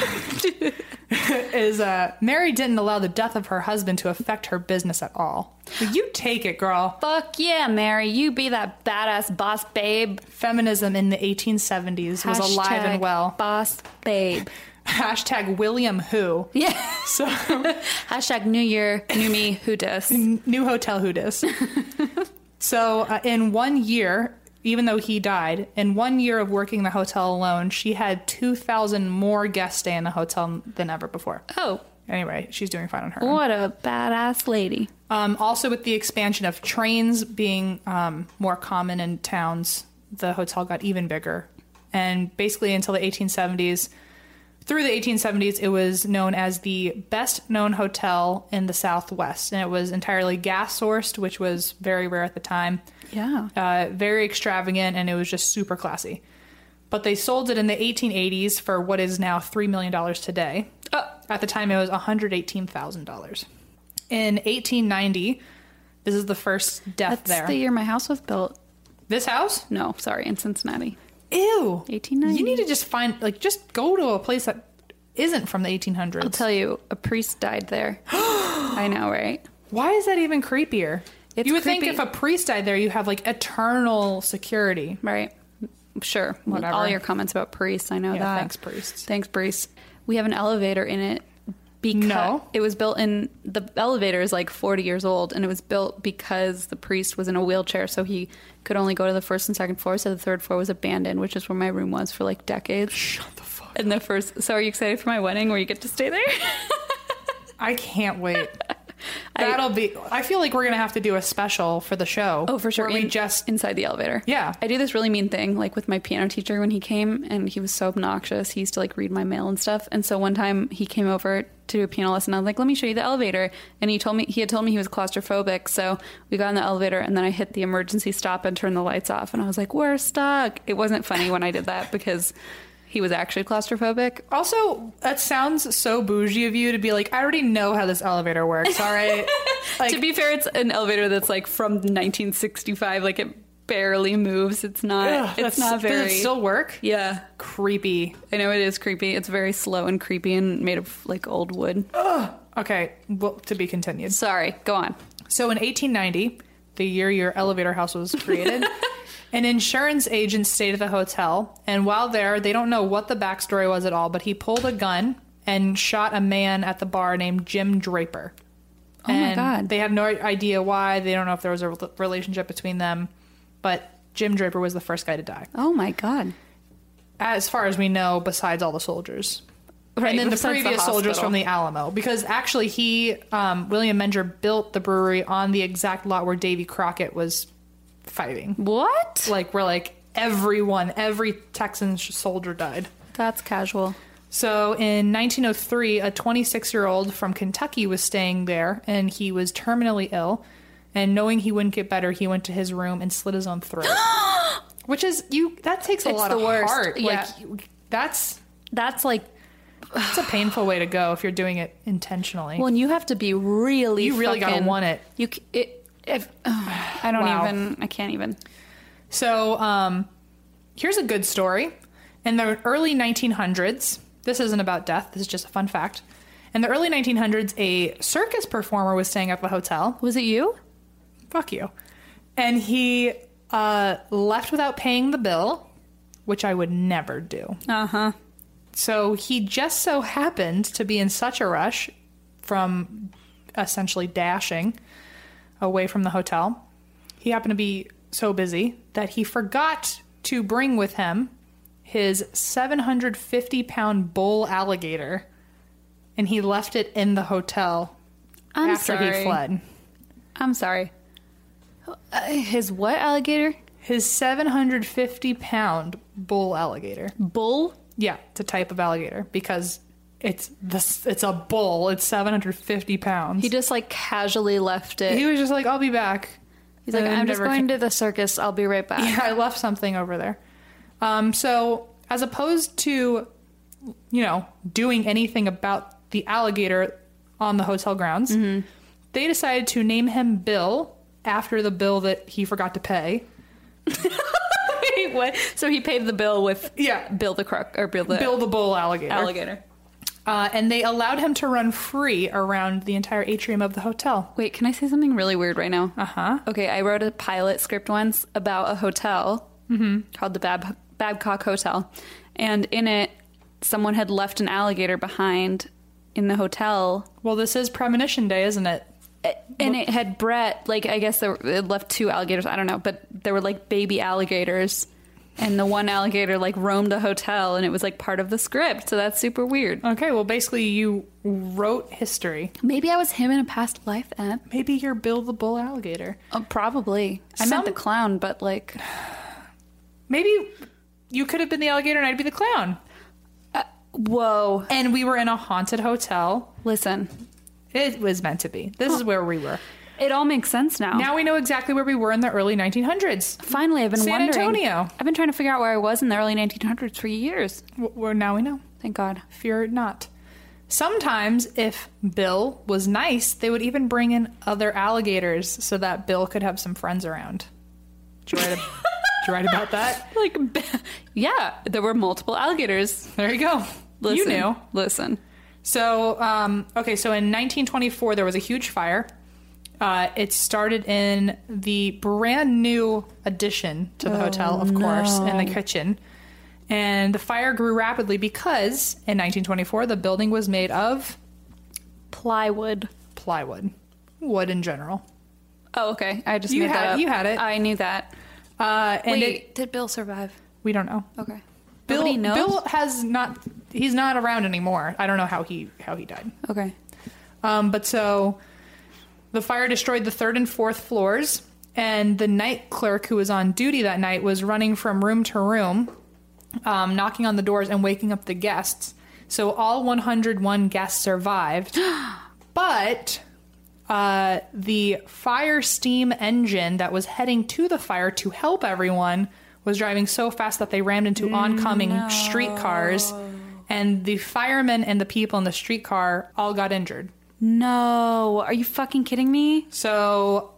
Speaker 3: is uh, Mary didn't allow the death of her husband to affect her business at all. You take it, girl.
Speaker 4: Fuck yeah, Mary. You be that badass boss babe.
Speaker 3: Feminism in the 1870s was alive and
Speaker 4: Hashtag
Speaker 3: well.
Speaker 4: Boss babe.
Speaker 3: Hashtag William Who.
Speaker 4: Yeah.
Speaker 3: So
Speaker 4: Hashtag new year, new me, who dis?
Speaker 3: new hotel who dis. so uh, in one year, even though he died, in one year of working the hotel alone, she had two thousand more guests stay in the hotel than ever before.
Speaker 4: Oh,
Speaker 3: Anyway, she's doing fine on her. own.
Speaker 4: what a badass lady.
Speaker 3: Um, also, with the expansion of trains being um, more common in towns, the hotel got even bigger. And basically, until the 1870s, through the 1870s, it was known as the best known hotel in the Southwest. And it was entirely gas sourced, which was very rare at the time.
Speaker 4: Yeah.
Speaker 3: Uh, very extravagant, and it was just super classy. But they sold it in the 1880s for what is now $3 million today. Oh, At the time, it was $118,000. In 1890, this is the first death
Speaker 4: That's
Speaker 3: there.
Speaker 4: the year my house was built.
Speaker 3: This house?
Speaker 4: No, sorry, in Cincinnati.
Speaker 3: Ew.
Speaker 4: 1890.
Speaker 3: You need to just find, like, just go to a place that isn't from the 1800s.
Speaker 4: I'll tell you, a priest died there. I know, right?
Speaker 3: Why is that even creepier?
Speaker 4: It's
Speaker 3: you would think
Speaker 4: creepy.
Speaker 3: if a priest died there, you have, like, eternal security.
Speaker 4: Right. Sure.
Speaker 3: Whatever.
Speaker 4: All your comments about priests, I know
Speaker 3: Yeah,
Speaker 4: that.
Speaker 3: thanks, priests.
Speaker 4: Thanks, priests. We have an elevator in it because
Speaker 3: No.
Speaker 4: it was built in the elevator is like 40 years old and it was built because the priest was in a wheelchair so he could only go to the first and second floor so the third floor was abandoned which is where my room was for like decades shut the fuck and the first so are you excited for my wedding where you get to stay there
Speaker 3: I can't wait.
Speaker 4: I-
Speaker 3: That'll be. I feel like we're gonna have to do a special for the show.
Speaker 4: Oh, for sure.
Speaker 3: Where we
Speaker 4: In-
Speaker 3: just
Speaker 4: inside the elevator.
Speaker 3: Yeah.
Speaker 4: I do this really mean thing, like with my piano teacher when he came and he was so obnoxious. He used to like read my mail and stuff. And so one time he came over to do a piano lesson. I was like, let me show you the elevator. And he told me, he had told me he was claustrophobic. So we got in the elevator and then I hit the emergency stop and turned the lights off. And I was like, we're stuck. It wasn't funny when I did that because he was actually claustrophobic.
Speaker 3: also that sounds so bougie of you to be like, I already know how this elevator works. All right. like,
Speaker 4: to be fair, it's an elevator that's like from 1965. Like it barely moves. It's not,
Speaker 3: ugh,
Speaker 4: it's
Speaker 3: that's-
Speaker 4: not
Speaker 3: Does
Speaker 4: very.
Speaker 3: it still work?
Speaker 4: yeah.
Speaker 3: Creepy.
Speaker 4: I know it is creepy. It's very slow and creepy and made of like old wood.
Speaker 3: Okay. Well, to be continued.
Speaker 4: Sorry, go on.
Speaker 3: So in 1890, the year your elevator house was created, an insurance agent stayed at the hotel, and while there, they don't know what the backstory was at all, but he pulled a gun and shot a man at the bar named Jim Draper.
Speaker 4: Oh my God.
Speaker 3: They have no idea why. They don't know if there was a rel- relationship between them, but Jim Draper was the first guy to die,
Speaker 4: Oh my god.
Speaker 3: as far as we know. Besides all the soldiers,
Speaker 4: Right,
Speaker 3: and then the
Speaker 4: besides the
Speaker 3: previous soldiers
Speaker 4: hospital.
Speaker 3: from the Alamo, because actually he, um, William Menger, built the brewery on the exact lot where Davy Crockett was fighting.
Speaker 4: What?
Speaker 3: Like we're like everyone, every Texan sh- soldier died.
Speaker 4: That's casual.
Speaker 3: So in 1903, a 26 year old from Kentucky was staying there and he was terminally ill. And knowing he wouldn't get better, he went to his room and slit his own throat. Which is, you, that takes a
Speaker 4: It's
Speaker 3: lot
Speaker 4: the
Speaker 3: of
Speaker 4: worst,
Speaker 3: heart.
Speaker 4: yeah.
Speaker 3: Like, you- that's,
Speaker 4: That's like
Speaker 3: that's a painful way to go if you're doing it intentionally.
Speaker 4: well, and you have to be really.
Speaker 3: You really gotta
Speaker 4: fucking-
Speaker 3: want it.
Speaker 4: You c- it. If, I don't
Speaker 3: Wow.
Speaker 4: even. I can't even.
Speaker 3: So um, here's a good story. In the early 1900s, this isn't about death, this is just a fun fact. In the early 1900s, a circus performer was staying at the hotel.
Speaker 4: Was it you?
Speaker 3: Fuck you. And he uh, left without paying the bill, which I would never do.
Speaker 4: Uh huh.
Speaker 3: So he just so happened to be in such a rush from essentially dashing away from the hotel. He happened to be so busy that he forgot to bring with him his 750 pound bull alligator and he left it in the hotel
Speaker 4: I'm
Speaker 3: after
Speaker 4: sorry.
Speaker 3: he fled.
Speaker 4: I'm sorry. Uh, his what alligator?
Speaker 3: His 750 pound bull alligator.
Speaker 4: Bull.
Speaker 3: Yeah, it's a type of alligator because it's this, it's a bull. It's 750
Speaker 4: He
Speaker 3: pounds. He,
Speaker 4: just like casually left it.
Speaker 3: was just like, I'll be back.
Speaker 4: He's like,
Speaker 3: And then
Speaker 4: I'm just
Speaker 3: never
Speaker 4: going to the circus. I'll be right back.
Speaker 3: I left something over there. Um, so as opposed to, you know, doing anything about the alligator on the hotel grounds, they decided to name him Bill after the bill that he forgot to pay.
Speaker 4: Wait, what? So he paid the bill with
Speaker 3: Yeah.
Speaker 4: Bill the crook or Bill the
Speaker 3: Bill the bull alligator.
Speaker 4: alligator.
Speaker 3: Uh, and they allowed him to run free around the entire atrium of the hotel.
Speaker 4: Wait, can I say something really weird right now? Uh
Speaker 3: Uh-huh.
Speaker 4: Okay, I wrote a pilot script once about a hotel called the Bab- Babcock Hotel, and in it, someone had left an alligator behind in the hotel,
Speaker 3: Well, this is premonition day, isn't it?
Speaker 4: a- and it had Brett. Like, I guess there were, it left two alligators. I don't know, but there were like baby alligators. And the one alligator like roamed the hotel, and it was like part of the script. So that's super weird.
Speaker 3: Okay, well, basically, you wrote history.
Speaker 4: Maybe I was him in a past life, Ed.
Speaker 3: Maybe you're Bill the Bull Alligator.
Speaker 4: Oh, probably. I meant the
Speaker 3: Some-
Speaker 4: clown, but like,
Speaker 3: Maybe you could have been the alligator and I'd be the clown.
Speaker 4: whoa.
Speaker 3: And we were in a haunted hotel.
Speaker 4: Listen,
Speaker 3: It was meant to be. This is where we were.
Speaker 4: it all makes sense now.
Speaker 3: Now we know exactly where we were in the early 1900s.
Speaker 4: Finally, I've been
Speaker 3: San
Speaker 4: wondering.
Speaker 3: Antonio.
Speaker 4: I've been trying to figure out where I was in the early 1900s for years.
Speaker 3: W- Well, now we know.
Speaker 4: Thank God.
Speaker 3: Fear not. Sometimes, if Bill was nice, they would even bring in other alligators so that Bill could have some friends around. Did you write, a- did you write about that?
Speaker 4: Like, yeah, there were multiple alligators.
Speaker 3: There you go.
Speaker 4: Listen,
Speaker 3: You knew.
Speaker 4: Listen.
Speaker 3: So, um, okay, so in 1924, there was a huge fire. Uh, it started in the brand new addition to the
Speaker 4: Oh,
Speaker 3: hotel, of course, in the kitchen. And the fire grew rapidly because in 1924, the building was made of
Speaker 4: Plywood.
Speaker 3: plywood, wood in general.
Speaker 4: Oh, okay. I just
Speaker 3: You
Speaker 4: made that
Speaker 3: had-
Speaker 4: up.
Speaker 3: you had it.
Speaker 4: I knew that.
Speaker 3: Uh, and
Speaker 4: Wait,
Speaker 3: it,
Speaker 4: did Bill survive?
Speaker 3: we don't know.
Speaker 4: Okay.
Speaker 3: Bill,
Speaker 4: Nobody knows.
Speaker 3: Bill has not. He's not around anymore. I don't know how he how he died.
Speaker 4: okay.
Speaker 3: Um, but so the fire destroyed the third and fourth floors, and the night clerk who was on duty that night was running from room to room, um, knocking on the doors and waking up the guests. So all 101 guests survived. but uh, the fire steam engine that was heading to the fire to help everyone was driving so fast that they rammed into oncoming streetcars. And the firemen and the people in the streetcar all got injured.
Speaker 4: No. Are you fucking kidding me?
Speaker 3: So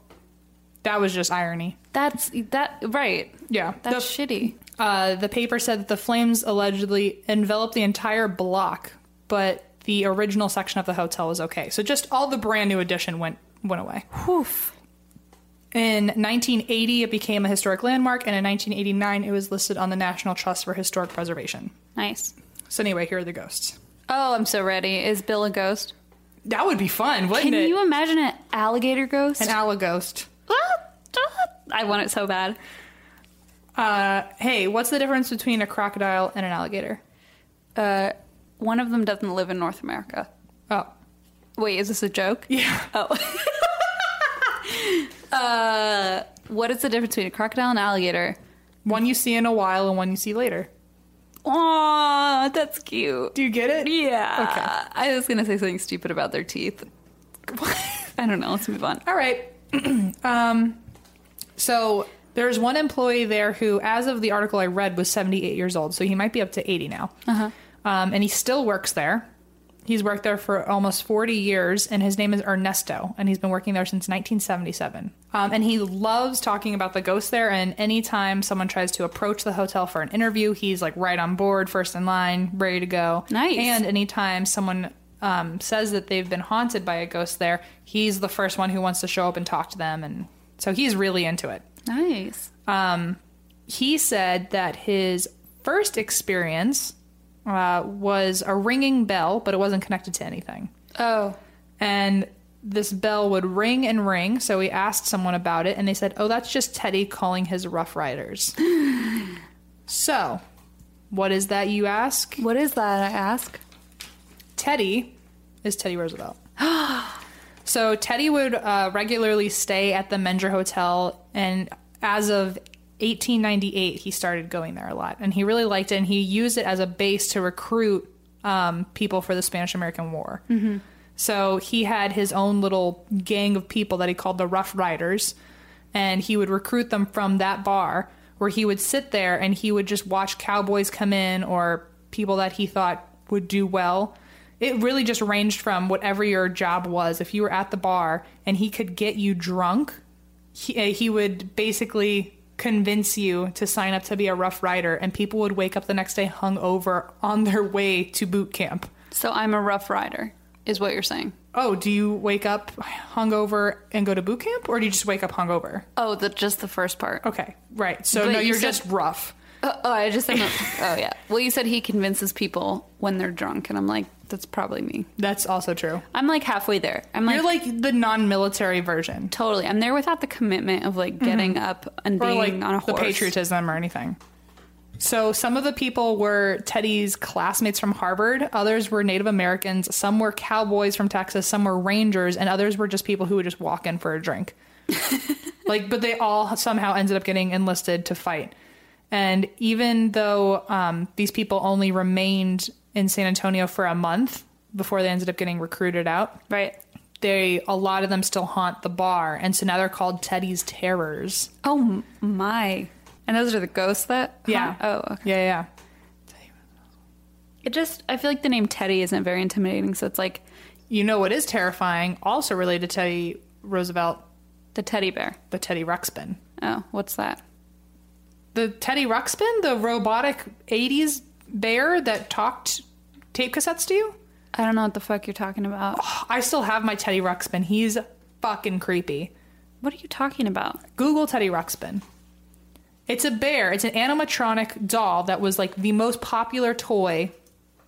Speaker 3: that was just irony.
Speaker 4: That's that right.
Speaker 3: Yeah.
Speaker 4: That's shitty.
Speaker 3: the, uh, the paper said that the flames allegedly enveloped the entire block, but the original section of the hotel was okay. So just all the brand new addition went went away.
Speaker 4: Poof.
Speaker 3: In 1980, it became a historic landmark, and in 1989, it was listed on the National Trust for Historic Preservation.
Speaker 4: Nice.
Speaker 3: So anyway, here are the ghosts.
Speaker 4: Oh, I'm so ready. Is Bill a ghost?
Speaker 3: That would be fun, wouldn't
Speaker 4: Can
Speaker 3: it?
Speaker 4: you imagine an alligator ghost?
Speaker 3: An alloghost.
Speaker 4: Ah, ah, I want it so bad.
Speaker 3: Uh, hey, what's the difference between a crocodile and an alligator?
Speaker 4: Uh, one of them doesn't live in North America.
Speaker 3: Oh,
Speaker 4: Oh. Wait, is this a joke?
Speaker 3: yeah.
Speaker 4: Oh. uh, What is the difference between a crocodile and alligator?
Speaker 3: One you see in a while and one you see later.
Speaker 4: Aw, that's cute.
Speaker 3: Do you get it?
Speaker 4: Yeah. Okay. I was gonna say something stupid about their teeth. I don't know. Let's move on.
Speaker 3: All right. um, so there's one employee there who, as of the article I read, was 78 years old. So he might be up to 80 now. Uh-huh. Um, and he still works there. He's worked there for almost 40 years, and his name is Ernesto, and he's been working there since 1977. Um, and he loves talking about the ghosts there, and anytime someone tries to approach the hotel for an interview, he's like right on board, first in line, ready to go.
Speaker 4: Nice.
Speaker 3: And anytime someone um, says that they've been haunted by a ghost there, he's the first one who wants to show up and talk to them. And so he's really into it.
Speaker 4: Nice.
Speaker 3: Um, he said that his first experience uh, was a ringing bell, but it wasn't connected to anything.
Speaker 4: Oh.
Speaker 3: And this bell would ring and ring. So he asked someone about it, and they said, Oh, that's just Teddy calling his Rough Riders. so, what is that, you ask?
Speaker 4: What is that? I ask.
Speaker 3: Teddy is Teddy Roosevelt. so Teddy would uh, regularly stay at the Menger Hotel, and as of 1898, he started going there a lot, and he really liked it. And he used it as a base to recruit um, people for the Spanish American War. So he had his own little gang of people that he called the Rough Riders, and he would recruit them from that bar where he would sit there and he would just watch cowboys come in or people that he thought would do well. It really just ranged from whatever your job was. If you were at the bar and he could get you drunk, he, uh, he would basically convince you to sign up to be a Rough Rider, and people would wake up the next day hungover on their way to boot camp.
Speaker 4: So I'm a rough rider, is what you're saying.
Speaker 3: Oh, do you wake up hungover and go to boot camp, or do you just wake up hungover?
Speaker 4: Oh, the, just the first part.
Speaker 3: Okay, right. So
Speaker 4: But
Speaker 3: no,
Speaker 4: you
Speaker 3: you're
Speaker 4: said-
Speaker 3: just rough.
Speaker 4: Oh, oh, I just am. a- oh, yeah. Well, you said he convinces people when they're drunk, and I'm like, that's probably me.
Speaker 3: That's also true.
Speaker 4: I'm like halfway there. I'm like,
Speaker 3: You're like the non-military version,
Speaker 4: totally. I'm there without the commitment of like getting up and
Speaker 3: Mm-hmm. or
Speaker 4: being
Speaker 3: like
Speaker 4: on a
Speaker 3: the
Speaker 4: horse.
Speaker 3: patriotism or anything. So some of the people were Teddy's classmates from Harvard, others were Native Americans, some were cowboys from Texas, some were rangers, and others were just people who would just walk in for a drink. like, but they all somehow ended up getting enlisted to fight. And even though um, these people only remained in San Antonio for a month before they ended up getting recruited out,
Speaker 4: Right.
Speaker 3: they a lot of them still haunt the bar, and so now they're called Teddy's Terrors.
Speaker 4: Oh m- my. And those are the ghosts that.
Speaker 3: Yeah.
Speaker 4: huh? Oh, okay.
Speaker 3: Yeah, yeah.
Speaker 4: It just. I feel like the name Teddy isn't very intimidating, so it's like
Speaker 3: You know what is terrifying? Also related to Teddy Roosevelt,
Speaker 4: the teddy bear.
Speaker 3: the Teddy Ruxpin.
Speaker 4: Oh, what's that?
Speaker 3: The Teddy Ruxpin, the robotic '80s bear that talked tape cassettes to you.
Speaker 4: I don't know what the fuck you're talking about.
Speaker 3: I still have my Teddy Ruxpin. He's fucking creepy.
Speaker 4: What are you talking about?
Speaker 3: Google Teddy Ruxpin. It's a bear. It's an animatronic doll that was like the most popular toy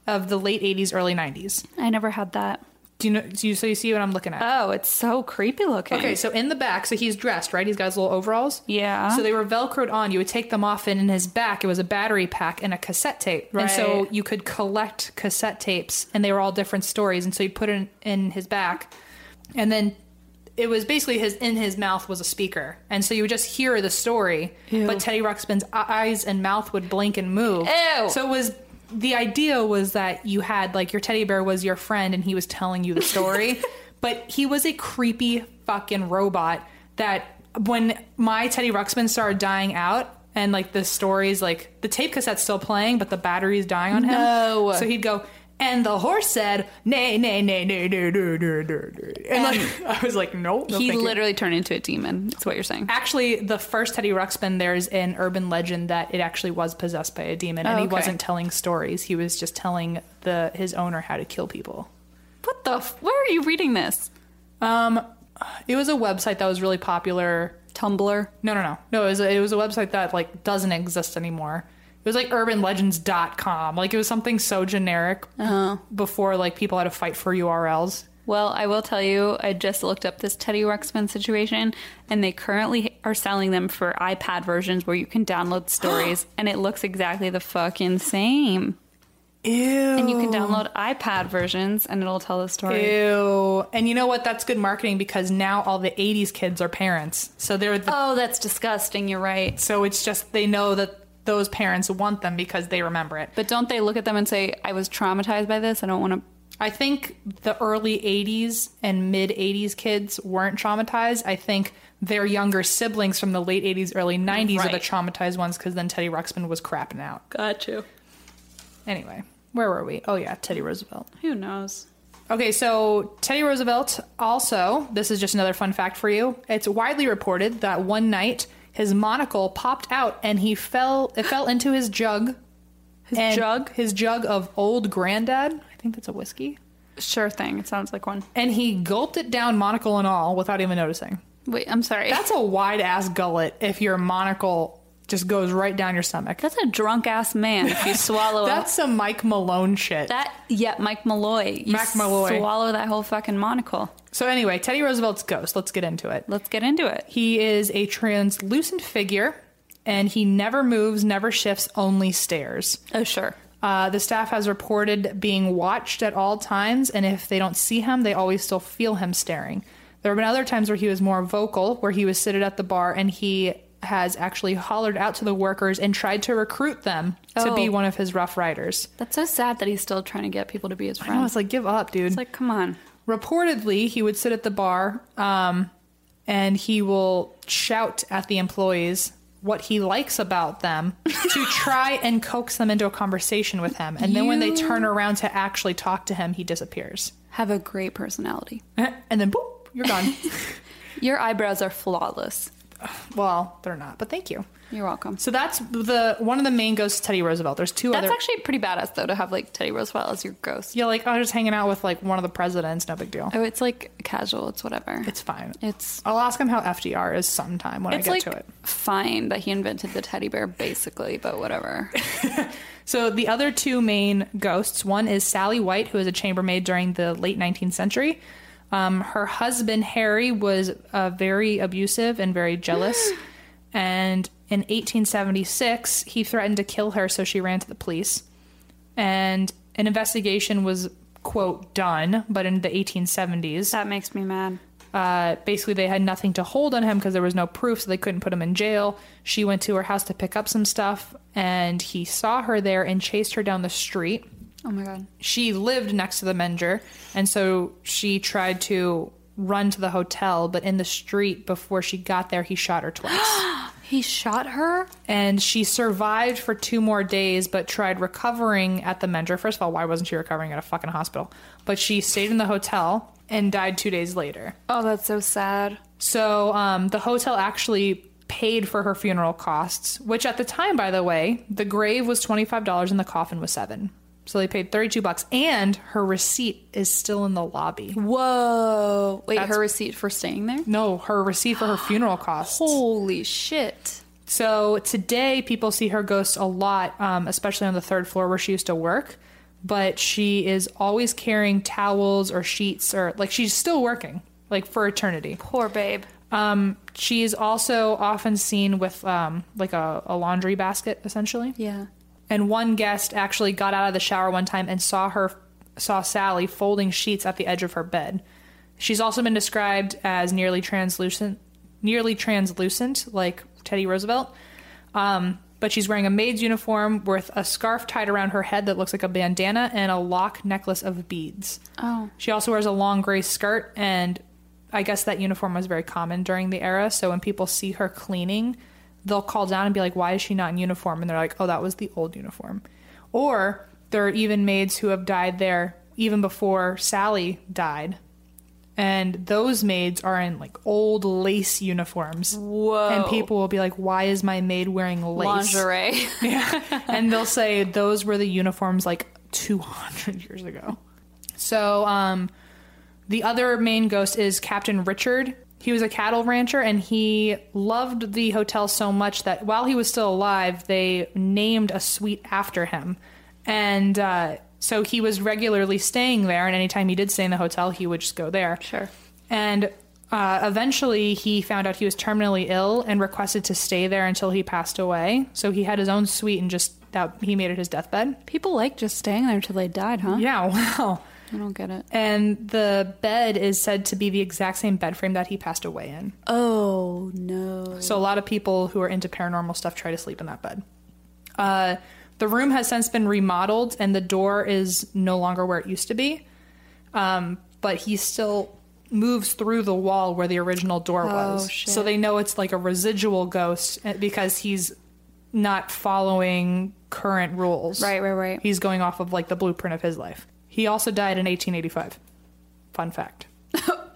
Speaker 3: of the late '80s, early '90s.
Speaker 4: I never had that.
Speaker 3: Do you know? Do you, so you see what I'm looking at?
Speaker 4: Oh, it's so creepy looking.
Speaker 3: Uh, Okay, so in the back, so he's dressed, right? He's got his little overalls.
Speaker 4: Yeah.
Speaker 3: So they were velcroed on. You would take them off, and in his back, it was a battery pack and a cassette tape. And so
Speaker 4: Right.
Speaker 3: you could collect cassette tapes, and they were all different stories. And so you put it in, in his back, and then it was basically his in his mouth was a speaker, and so you would just hear the story. But Teddy Ruxpin's e-, eyes and mouth would blink and move.
Speaker 4: Ew.
Speaker 3: So it was. The idea was that you had like your teddy bear was your friend and he was telling you the story, but he was a creepy fucking robot that when my Teddy Ruxpin started dying out and like the stories like the tape cassette's still playing but the battery's dying on him.
Speaker 4: No.
Speaker 3: So he'd go and the horse said, "Nay, nay, nay, nay, nay, nay, nay, nay, nay." And like, I was like, "Nope." no
Speaker 4: he
Speaker 3: thank you."
Speaker 4: literally turned into a demon. That's what you're saying.
Speaker 3: Actually, the first Teddy Ruxpin, there's an urban legend that it actually was possessed by a demon, and
Speaker 4: Oh,
Speaker 3: he
Speaker 4: okay.
Speaker 3: wasn't telling stories. He was just telling the his owner how to kill people.
Speaker 4: What the? F- where are you reading this?
Speaker 3: Um, it was a website that was really popular.
Speaker 4: Tumblr.
Speaker 3: No, no, no, no. It was a, it was a website that like doesn't exist anymore. It was like urbanlegends.com. Like it was something so generic
Speaker 4: Uh-huh.
Speaker 3: before like people had to fight for URLs.
Speaker 4: Well, I will tell you, I just looked up this Teddy Ruxpin situation, and they currently are selling them for iPad versions where you can download stories, and it looks exactly the fucking same.
Speaker 3: Ew.
Speaker 4: And you can download iPad versions and it'll tell the story.
Speaker 3: Ew. And you know what? That's good marketing because now all the 80s kids are parents. So they're the,
Speaker 4: Oh, that's disgusting. You're right.
Speaker 3: so it's just they know that those parents want them because they remember it.
Speaker 4: But don't they look at them and say, I was traumatized by this. I don't want to.
Speaker 3: I think the early 80s and mid 80s kids weren't traumatized. I think their younger siblings from the late 80s, early 90s are the
Speaker 4: Right.
Speaker 3: traumatized ones because then Teddy Ruxpin was crapping out.
Speaker 4: Got you.
Speaker 3: Anyway, where were we? Oh, yeah, Teddy Roosevelt.
Speaker 4: Who knows?
Speaker 3: Okay, so Teddy Roosevelt also, this is just another fun fact for you. It's widely reported that one night his monocle popped out and he fell it fell into his jug. His
Speaker 4: jug?
Speaker 3: His jug of old granddad. I think that's a whiskey.
Speaker 4: Sure thing. It sounds like one.
Speaker 3: And he gulped it down monocle and all without even noticing.
Speaker 4: Wait, I'm sorry. That's,
Speaker 3: That's a wide ass gullet if your monocle just goes right down your stomach. That's,
Speaker 4: a drunk ass man if you swallow it.
Speaker 3: some Mike Malone shit.
Speaker 4: That, yeah, Mike Malloy. You
Speaker 3: Mac Malloy.
Speaker 4: Swallow that whole fucking monocle.
Speaker 3: so anyway, Teddy Roosevelt's ghost. Let's get into it.
Speaker 4: Let's get into it.
Speaker 3: He is a translucent figure and he never moves, never shifts, only stares.
Speaker 4: Oh, sure.
Speaker 3: Uh, the staff has reported being watched at all times, and if they don't see him, they always still feel him staring. There have been other times where he was more vocal, where he was seated at the bar and he has actually hollered out to the workers and tried to recruit them to
Speaker 4: Oh.
Speaker 3: be one of his rough riders.
Speaker 4: That's so sad that he's still trying to get people to be his
Speaker 3: I
Speaker 4: friends.
Speaker 3: was like, give up, dude.
Speaker 4: It's like, come on.
Speaker 3: reportedly he would sit at the bar um, and he will shout at the employees what he likes about them to try and coax them into a conversation with him and then when they turn around to actually talk to him he disappears
Speaker 4: Have a great personality.
Speaker 3: and then boop you're gone
Speaker 4: Your eyebrows are flawless.
Speaker 3: well they're not but thank you
Speaker 4: You're welcome.
Speaker 3: so that's the one of the main ghosts of teddy roosevelt there's two
Speaker 4: That's
Speaker 3: other
Speaker 4: actually pretty badass though to have like Teddy Roosevelt as your ghost.
Speaker 3: you're like oh just hanging out with like one of the presidents no big deal
Speaker 4: Oh, it's like casual. It's whatever.
Speaker 3: it's fine
Speaker 4: It's
Speaker 3: i'll ask him how fdr is sometime when
Speaker 4: it's
Speaker 3: i get
Speaker 4: like
Speaker 3: to it
Speaker 4: fine that he invented the teddy bear basically, but whatever.
Speaker 3: So the other two main ghosts, one is Sally White, who was a chambermaid during the late 19th century. Um, her husband Harry was uh, very abusive and very jealous, and in 1876 he threatened to kill her, so she ran to the police. And an investigation was quote done, but in the 1870s,
Speaker 4: that makes me mad.
Speaker 3: uh, basically they had nothing to hold on him because there was no proof, so they couldn't put him in jail. She went to her house to pick up some stuff, and he saw her there and chased her down the street.
Speaker 4: Oh my god.
Speaker 3: She lived next to the Menger, and so she tried to run to the hotel, but in the street before she got there, he shot her twice.
Speaker 4: He shot her?
Speaker 3: and she survived for two more days, but tried recovering at the Menger. First of all, why wasn't she recovering at a fucking hospital? But she stayed in the hotel and died two days later.
Speaker 4: Oh, that's so sad.
Speaker 3: So um, the hotel actually paid for her funeral costs, which at the time, by the way, the grave was twenty five dollars and the coffin was seven. So they paid thirty two bucks, and her receipt is still in the lobby.
Speaker 4: Whoa. Wait, her receipt for staying there?
Speaker 3: No, her receipt for her funeral costs.
Speaker 4: Holy shit.
Speaker 3: So today, people see her ghost a lot, um, especially on the third floor where she used to work. But she is always carrying towels or sheets, or like she's still working, like for eternity.
Speaker 4: Poor babe.
Speaker 3: Um, she is also often seen with um, like a, a laundry basket, essentially.
Speaker 4: Yeah.
Speaker 3: And one guest actually got out of the shower one time and saw her, saw Sally folding sheets at the edge of her bed. She's also been described as nearly translucent, nearly translucent, like Teddy Roosevelt. Um, but she's wearing a maid's uniform with a scarf tied around her head that looks like a bandana and a lock necklace of beads.
Speaker 4: Oh.
Speaker 3: She also wears a long gray skirt, and I guess that uniform was very common during the era. So when people see her cleaning, they'll call down and be like, "Why is she not in uniform?" And they're like, "Oh, that was the old uniform." Or there are even maids who have died there even before Sally died, and those maids are in like old lace uniforms.
Speaker 4: Whoa.
Speaker 3: And people will be like, "Why is my maid wearing lace?"
Speaker 4: lingerie.
Speaker 3: and they'll say those were the uniforms like 200 years ago. So, um, the other main ghost is Captain Richard. He was a cattle rancher and he loved the hotel so much that while he was still alive, they named a suite after him. And uh, so he was regularly staying there, and anytime he did stay in the hotel, he would just go there.
Speaker 4: Sure.
Speaker 3: And uh, eventually, he found out he was terminally ill and requested to stay there until he passed away. So he had his own suite and just that he made it his deathbed.
Speaker 4: People like just staying there until they died, huh?
Speaker 3: Yeah, wow.
Speaker 4: I don't get it.
Speaker 3: And the bed is said to be the exact same bed frame that he passed away in.
Speaker 4: Oh no.
Speaker 3: So a lot of people who are into paranormal stuff try to sleep in that bed. Uh, the room has since been remodeled, and the door is no longer where it used to be. Um, but he still moves through the wall where the original door was.
Speaker 4: Oh, shit.
Speaker 3: So they know it's like a residual ghost eh, because he's not following current rules.
Speaker 4: Right, right, right.
Speaker 3: He's going off of like the blueprint of his life. He also died in 1885. Fun fact.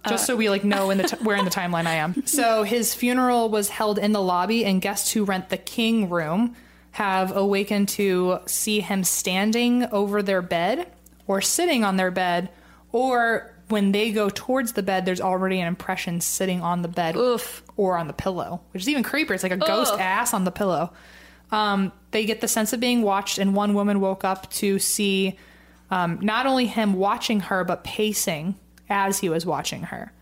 Speaker 3: Just so we like know in the t- where in the timeline I am. So his funeral was held in the lobby, and guests who rent the king room have awakened to see him standing over their bed or sitting on their bed, or when they go towards the bed, there's already an impression sitting on the bed or on the pillow, which is even creepier. It's like a ghost ass on the pillow. Um, they get the sense of being watched, and one woman woke up to see um, not only him watching her, but pacing as he was watching her.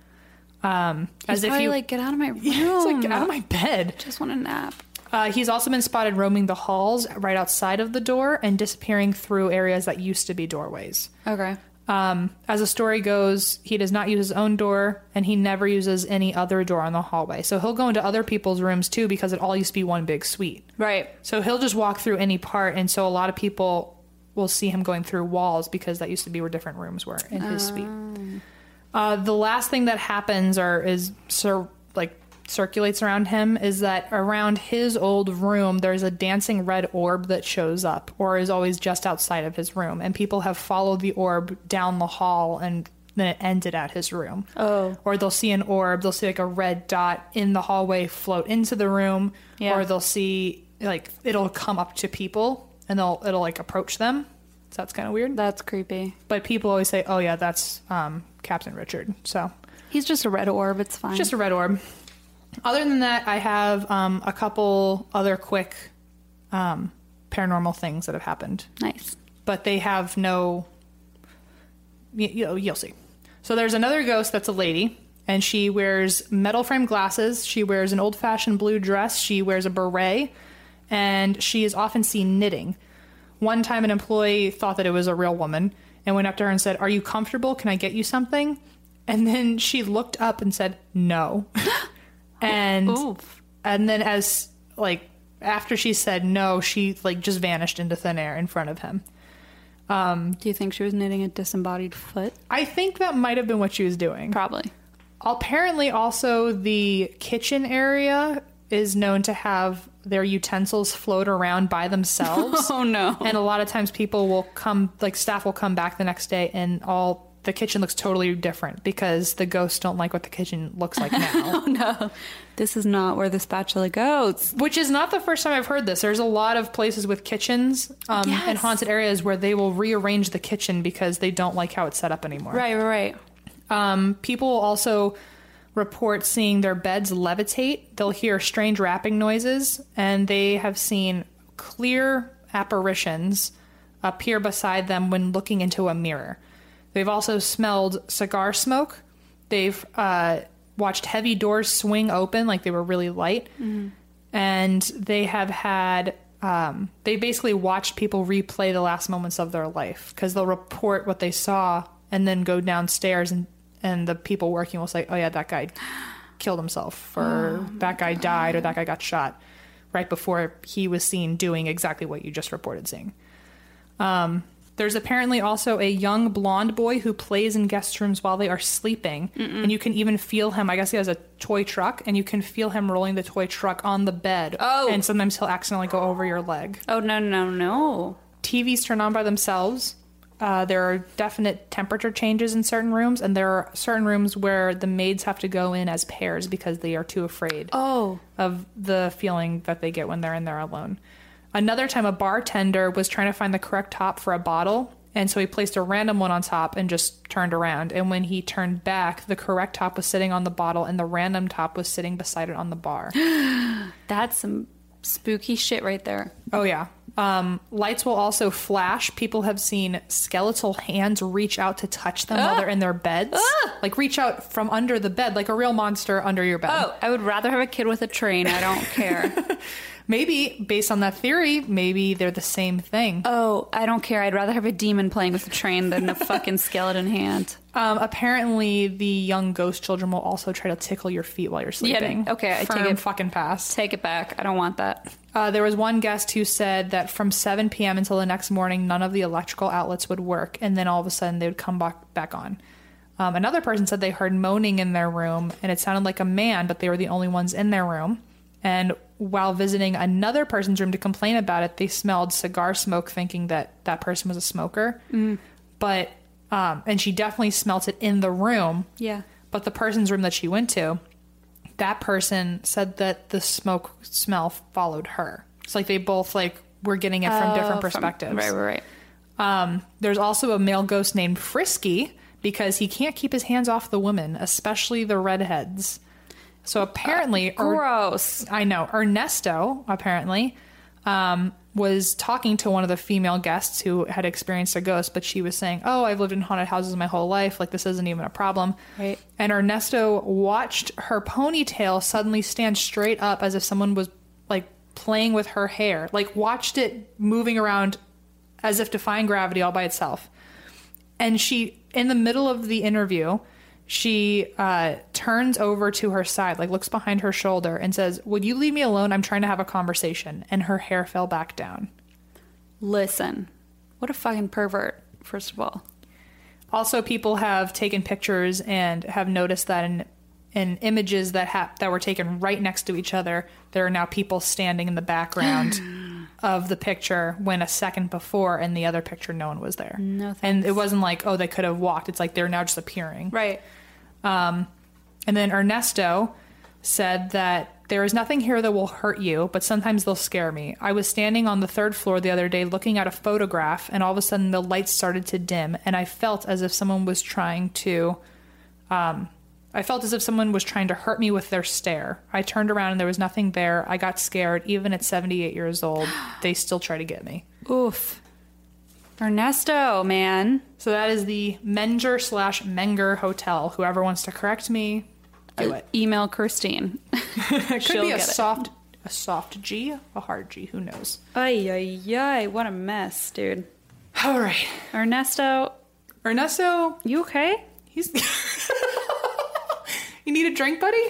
Speaker 3: Um, as
Speaker 4: He's
Speaker 3: if
Speaker 4: probably
Speaker 3: he
Speaker 4: like get out of my room.
Speaker 3: It's like, get out of my bed.
Speaker 4: just want a nap.
Speaker 3: Uh, he's also been spotted roaming the halls right outside of the door and disappearing through areas that used to be doorways.
Speaker 4: Okay.
Speaker 3: Um, as the story goes, he does not use his own door and he never uses any other door on the hallway. So he'll go into other people's rooms too because it all used to be one big suite.
Speaker 4: Right.
Speaker 3: So he'll just walk through any part. And so a lot of people will see him going through walls because that used to be where different rooms were in his suite. Uh, the last thing that happens or is cir- like circulates around him is that around his old room there's a dancing red orb that shows up or is always just outside of his room and people have followed the orb down the hall and then it ended at his room oh or they'll see an orb they'll see like a red dot in the hallway float into the room
Speaker 4: Yeah.
Speaker 3: or they'll see like it'll come up to people and they'll it'll like approach them so that's kind of weird
Speaker 4: That's creepy.
Speaker 3: but people always say oh yeah that's um, captain richard so
Speaker 4: He's just a red orb. It's fine.
Speaker 3: just a red orb. Other than that, I have um, a couple other quick um, paranormal things that have happened,
Speaker 4: nice.
Speaker 3: but they have no. You, you know, you'll see. So there's another ghost that's a lady, and she wears metal frame glasses. She wears an old fashioned blue dress. She wears a beret, and she is often seen knitting. One time, an employee thought that it was a real woman and went up to her and said, Are you comfortable? Can I get you something? And then she looked up and said, No. and and then as like after she said no, she like just vanished into thin air in front of him.
Speaker 4: Do you think she was knitting a disembodied foot?
Speaker 3: I think that might have been what she was doing.
Speaker 4: Probably.
Speaker 3: Apparently, also the kitchen area is known to have their utensils float around by themselves.
Speaker 4: Oh, no.
Speaker 3: And a lot of times, people will come, like staff will come back the next day, and all the kitchen looks totally different because the ghosts don't like what the kitchen looks like now.
Speaker 4: This is not where the spatula goes.
Speaker 3: Which is not the first time I've heard this. There's a lot of places with kitchens um, and
Speaker 4: Yes.
Speaker 3: haunted areas where they will rearrange the kitchen because they don't like how it's set up anymore.
Speaker 4: Right, right, right.
Speaker 3: Um, people also report seeing their beds levitate. They'll hear strange rapping noises, and they have seen clear apparitions appear beside them when looking into a mirror. They've also smelled cigar smoke. They've uh, watched heavy doors swing open like they were really light. And they have had, um, they basically watched people replay the last moments of their life because they'll report what they saw and then go downstairs and, and the people working will say, oh, yeah, that guy killed himself or that guy died or that guy got shot right before he was seen doing exactly what you just reported seeing. Um, there's apparently also a young blonde boy who plays in guest rooms while they are sleeping. And you can even feel him. I guess he has a toy truck, and you can feel him rolling the toy truck on the bed.
Speaker 4: Oh.
Speaker 3: And sometimes he'll accidentally go over your leg.
Speaker 4: Oh, no, no, no.
Speaker 3: TVs turn on by themselves. Uh, there are definite temperature changes in certain rooms, and there are certain rooms where the maids have to go in as pairs because they are too afraid
Speaker 4: Oh.
Speaker 3: of the feeling that they get when they're in there alone. Another time, a bartender was trying to find the correct top for a bottle, and so he placed a random one on top and just turned around. And when he turned back, the correct top was sitting on the bottle, and the random top was sitting beside it on the bar.
Speaker 4: That's some spooky shit right there.
Speaker 3: oh, yeah. Um, lights will also flash. People have seen skeletal hands reach out to touch them while they're in their beds. Like reach out from under the bed, like a real monster under your bed.
Speaker 4: Oh, I would rather have a kid with a train. I don't care.
Speaker 3: Maybe, based on that theory, maybe they're the same thing.
Speaker 4: oh, I don't care. I'd rather have a demon playing with a train than a fucking skeleton hand.
Speaker 3: Um, apparently, the young ghost children will also try to tickle your feet while you're
Speaker 4: Yeah,
Speaker 3: sleeping.
Speaker 4: okay, I take
Speaker 3: Firm
Speaker 4: it.
Speaker 3: fucking pass.
Speaker 4: Take it back. I don't want that.
Speaker 3: Uh, there was one guest who said that from 7 p.m. until the next morning, none of the electrical outlets would work, and then all of a sudden they would come back, back on. Um, another person said they heard moaning in their room, and it sounded like a man, but they were the only ones in their room. And while visiting another person's room to complain about it, they smelled cigar smoke, thinking that that person was a smoker.
Speaker 4: Mm.
Speaker 3: But um, and she definitely smelt it in the room.
Speaker 4: Yeah.
Speaker 3: But the person's room that she went to, that person said that the smoke smell followed her. It's like they both like were getting it from different perspectives.
Speaker 4: Oh, Right, right, right.
Speaker 3: Um, there's also a male ghost named Frisky because he can't keep his hands off the women, especially the redheads. So apparently, or-
Speaker 4: Gross.
Speaker 3: I know Ernesto apparently um, was talking to one of the female guests who had experienced a ghost, but she was saying, "Oh, I've lived in haunted houses my whole life. Like this isn't even a problem."
Speaker 4: Right.
Speaker 3: And Ernesto watched her ponytail suddenly stand straight up as if someone was like playing with her hair. Like watched it moving around as if defying gravity all by itself. And she, in the middle of the interview, she uh, turns over to her side, like looks behind her shoulder, and says, "Would you leave me alone? I'm trying to have a conversation." And her hair fell back down.
Speaker 4: Listen. What a fucking pervert, first of all.
Speaker 3: Also, people have taken pictures and have noticed that in in images that ha- that were taken right next to each other, there are now people standing in the background of the picture when a second before in the other picture no one was there. No, and it wasn't like oh they could have walked. It's like they're now just appearing.
Speaker 4: Right.
Speaker 3: And then Ernesto said that there is nothing here that will hurt you, but sometimes they'll scare me. I was standing on the third floor the other day looking at a photograph, and all of a sudden the lights started to dim, and I felt as if someone was trying to. Um, I felt as if someone was trying to hurt me with their stare. I turned around and there was nothing there. I got scared. Even at 78 years old, they still try to get me.
Speaker 4: Oof. Ernesto, man.
Speaker 3: So that is the Menger slash Menger Hotel. Whoever wants to correct me, do it.
Speaker 4: Email Christine.
Speaker 3: It could be a
Speaker 4: get it.
Speaker 3: soft a soft G, a hard G, who knows.
Speaker 4: Ay, ay, ay. What a mess, dude.
Speaker 3: All right.
Speaker 4: Ernesto,
Speaker 3: Ernesto,
Speaker 4: you okay?
Speaker 3: he's You need a drink, buddy?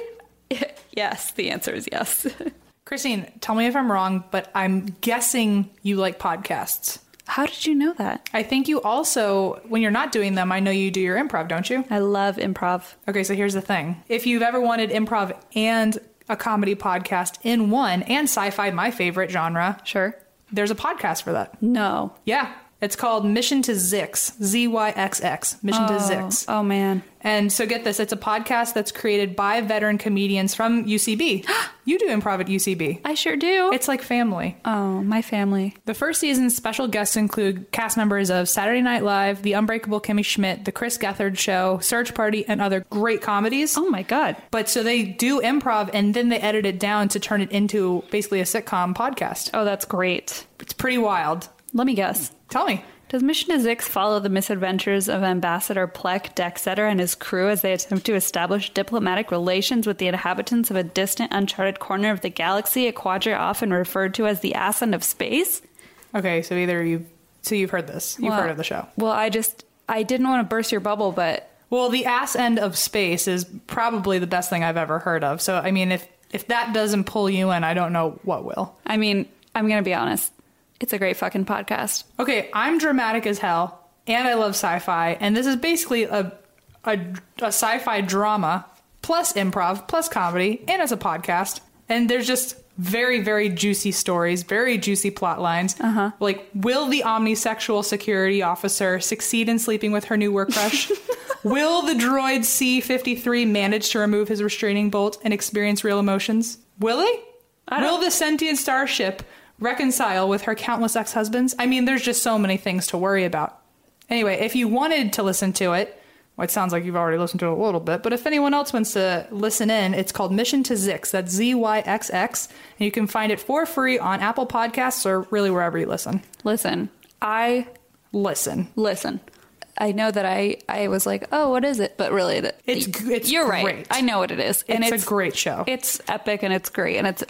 Speaker 4: yes, the answer is yes.
Speaker 3: Christine, tell me if I'm wrong, but I'm guessing you like podcasts.
Speaker 4: How did you know that?
Speaker 3: I think you also, when you're not doing them, I know you do your improv, don't you?
Speaker 4: I love improv.
Speaker 3: Okay, so here's the thing. If you've ever wanted improv and a comedy podcast in one, and sci fi, my favorite genre,
Speaker 4: Sure.
Speaker 3: there's a podcast for that.
Speaker 4: No.
Speaker 3: Yeah. It's called Mission to Zix, Z Y X X, Mission to Zix.
Speaker 4: Oh, man.
Speaker 3: And so get this, it's a podcast that's created by veteran comedians from UCB. you do improv at UCB.
Speaker 4: I sure do.
Speaker 3: It's like family.
Speaker 4: oh, my family.
Speaker 3: The first season's special guests include cast members of Saturday Night Live, The Unbreakable Kimmy Schmidt, The Chris Gethard Show, Search Party, and other great comedies.
Speaker 4: Oh, my God.
Speaker 3: But so they do improv and then they edit it down to turn it into basically a sitcom podcast.
Speaker 4: Oh, that's great.
Speaker 3: It's pretty wild.
Speaker 4: Let me guess.
Speaker 3: Tell me.
Speaker 4: Does Mission to Zix follow the misadventures of Ambassador Plek Dexeter and his crew as they attempt to establish diplomatic relations with the inhabitants of a distant, uncharted corner of the galaxy, a quadrant often referred to as the Ascent of Space?
Speaker 3: Okay, so either you've so you've heard this. You've
Speaker 4: Well-
Speaker 3: heard of the show.
Speaker 4: Well, I just, I didn't want to burst your bubble, but
Speaker 3: Well, the ass end of space is probably the best thing I've ever heard of. So, I mean, if if that doesn't pull you in, I don't know what will.
Speaker 4: I mean, I'm going to be honest. It's a great fucking podcast.
Speaker 3: Okay, I'm dramatic as hell, and I love sci-fi, and this is basically a a, a sci-fi drama plus improv plus comedy, and it's a podcast, and there's just very very juicy stories, very juicy plot lines. Uh-huh. Like, will the omnisexual security officer succeed in sleeping with her new work crush? will the droid C53 manage to remove his restraining bolt and experience real emotions? Will he? Will the sentient starship reconcile with her countless ex husbands? I mean, there's just so many things to worry about. Anyway, if you wanted to listen to it, Well, it sounds like you've already listened to it a little bit, but if anyone else wants to listen in, it's called Mission to Zix. That's Z Y X X. And you can find it for free on Apple Podcasts or really wherever you listen.
Speaker 4: Listen, I
Speaker 3: Listen.
Speaker 4: listen. I know that I I was like, oh, what is it? But really, that
Speaker 3: It's g- it's
Speaker 4: you're right.
Speaker 3: great.
Speaker 4: I know what it is, and
Speaker 3: It's a
Speaker 4: it's
Speaker 3: great show.
Speaker 4: It's epic and it's great and it's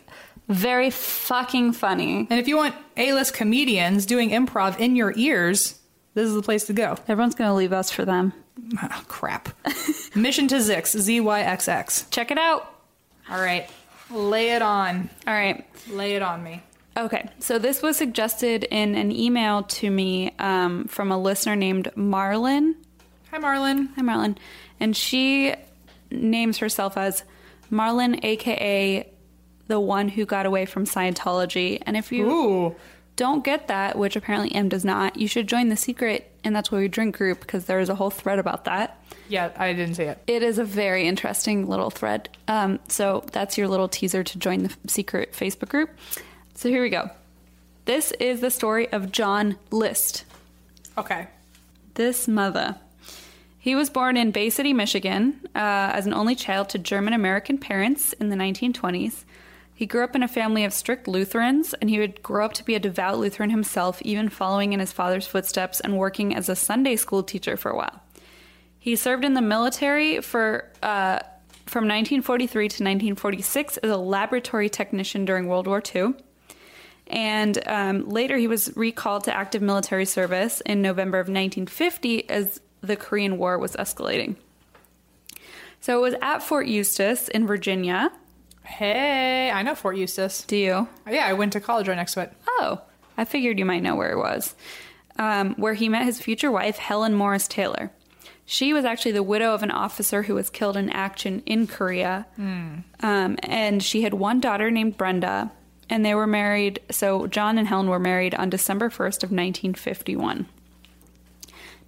Speaker 4: very fucking funny.
Speaker 3: And if you want A list comedians doing improv in your ears, this is the place to go.
Speaker 4: Everyone's gonna leave us for them.
Speaker 3: Ah, crap. Mission to Zix, Z Y X X.
Speaker 4: Check it out.
Speaker 3: All right. Lay it on.
Speaker 4: All right.
Speaker 3: Lay it on me.
Speaker 4: Okay, so this was suggested in an email to me um, from a listener named Marlin.
Speaker 3: Hi, Marlon.
Speaker 4: Hi, Marlin. And she names herself as Marlin, aka the one who got away from Scientology. And if you
Speaker 3: Ooh.
Speaker 4: don't get that, which apparently M does not, you should join the secret and that's where we drink group because there is a whole thread about that.
Speaker 3: Yeah, I didn't see it.
Speaker 4: It is a very interesting little thread. Um, so that's your little teaser to join the secret Facebook group. So here we go. This is the story of John List,
Speaker 3: Okay.
Speaker 4: this mother. He was born in Bay City, Michigan, uh, as an only child to German American parents in the 1920s. He grew up in a family of strict Lutherans, and he would grow up to be a devout Lutheran himself, even following in his father's footsteps and working as a Sunday school teacher for a while. He served in the military for uh, from 1943 to 1946 as a laboratory technician during World War II. And um, later, he was recalled to active military service in November of 1950 as the Korean War was escalating. So it was at Fort Eustis in Virginia.
Speaker 3: Hey, I know Fort Eustis.
Speaker 4: Do you?
Speaker 3: Yeah, I went to college right next to it.
Speaker 4: Oh, I figured you might know where it was. Um, where he met his future wife, Helen Morris Taylor. She was actually the widow of an officer who was killed in action in Korea. Um, and she had one daughter named Brenda. And they were married. So John and Helen were married on December 1st of 1951.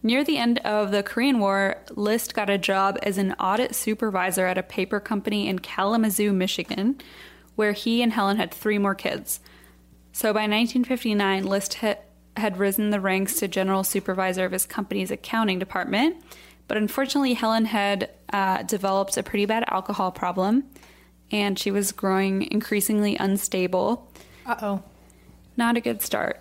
Speaker 4: Near the end of the Korean War, List got a job as an audit supervisor at a paper company in Kalamazoo, Michigan, where he and Helen had three more kids. So by 1959, List ha- had risen the ranks to general supervisor of his company's accounting department. But unfortunately, Helen had uh, developed a pretty bad alcohol problem, and she was growing increasingly unstable.
Speaker 3: Uh oh.
Speaker 4: Not a good start.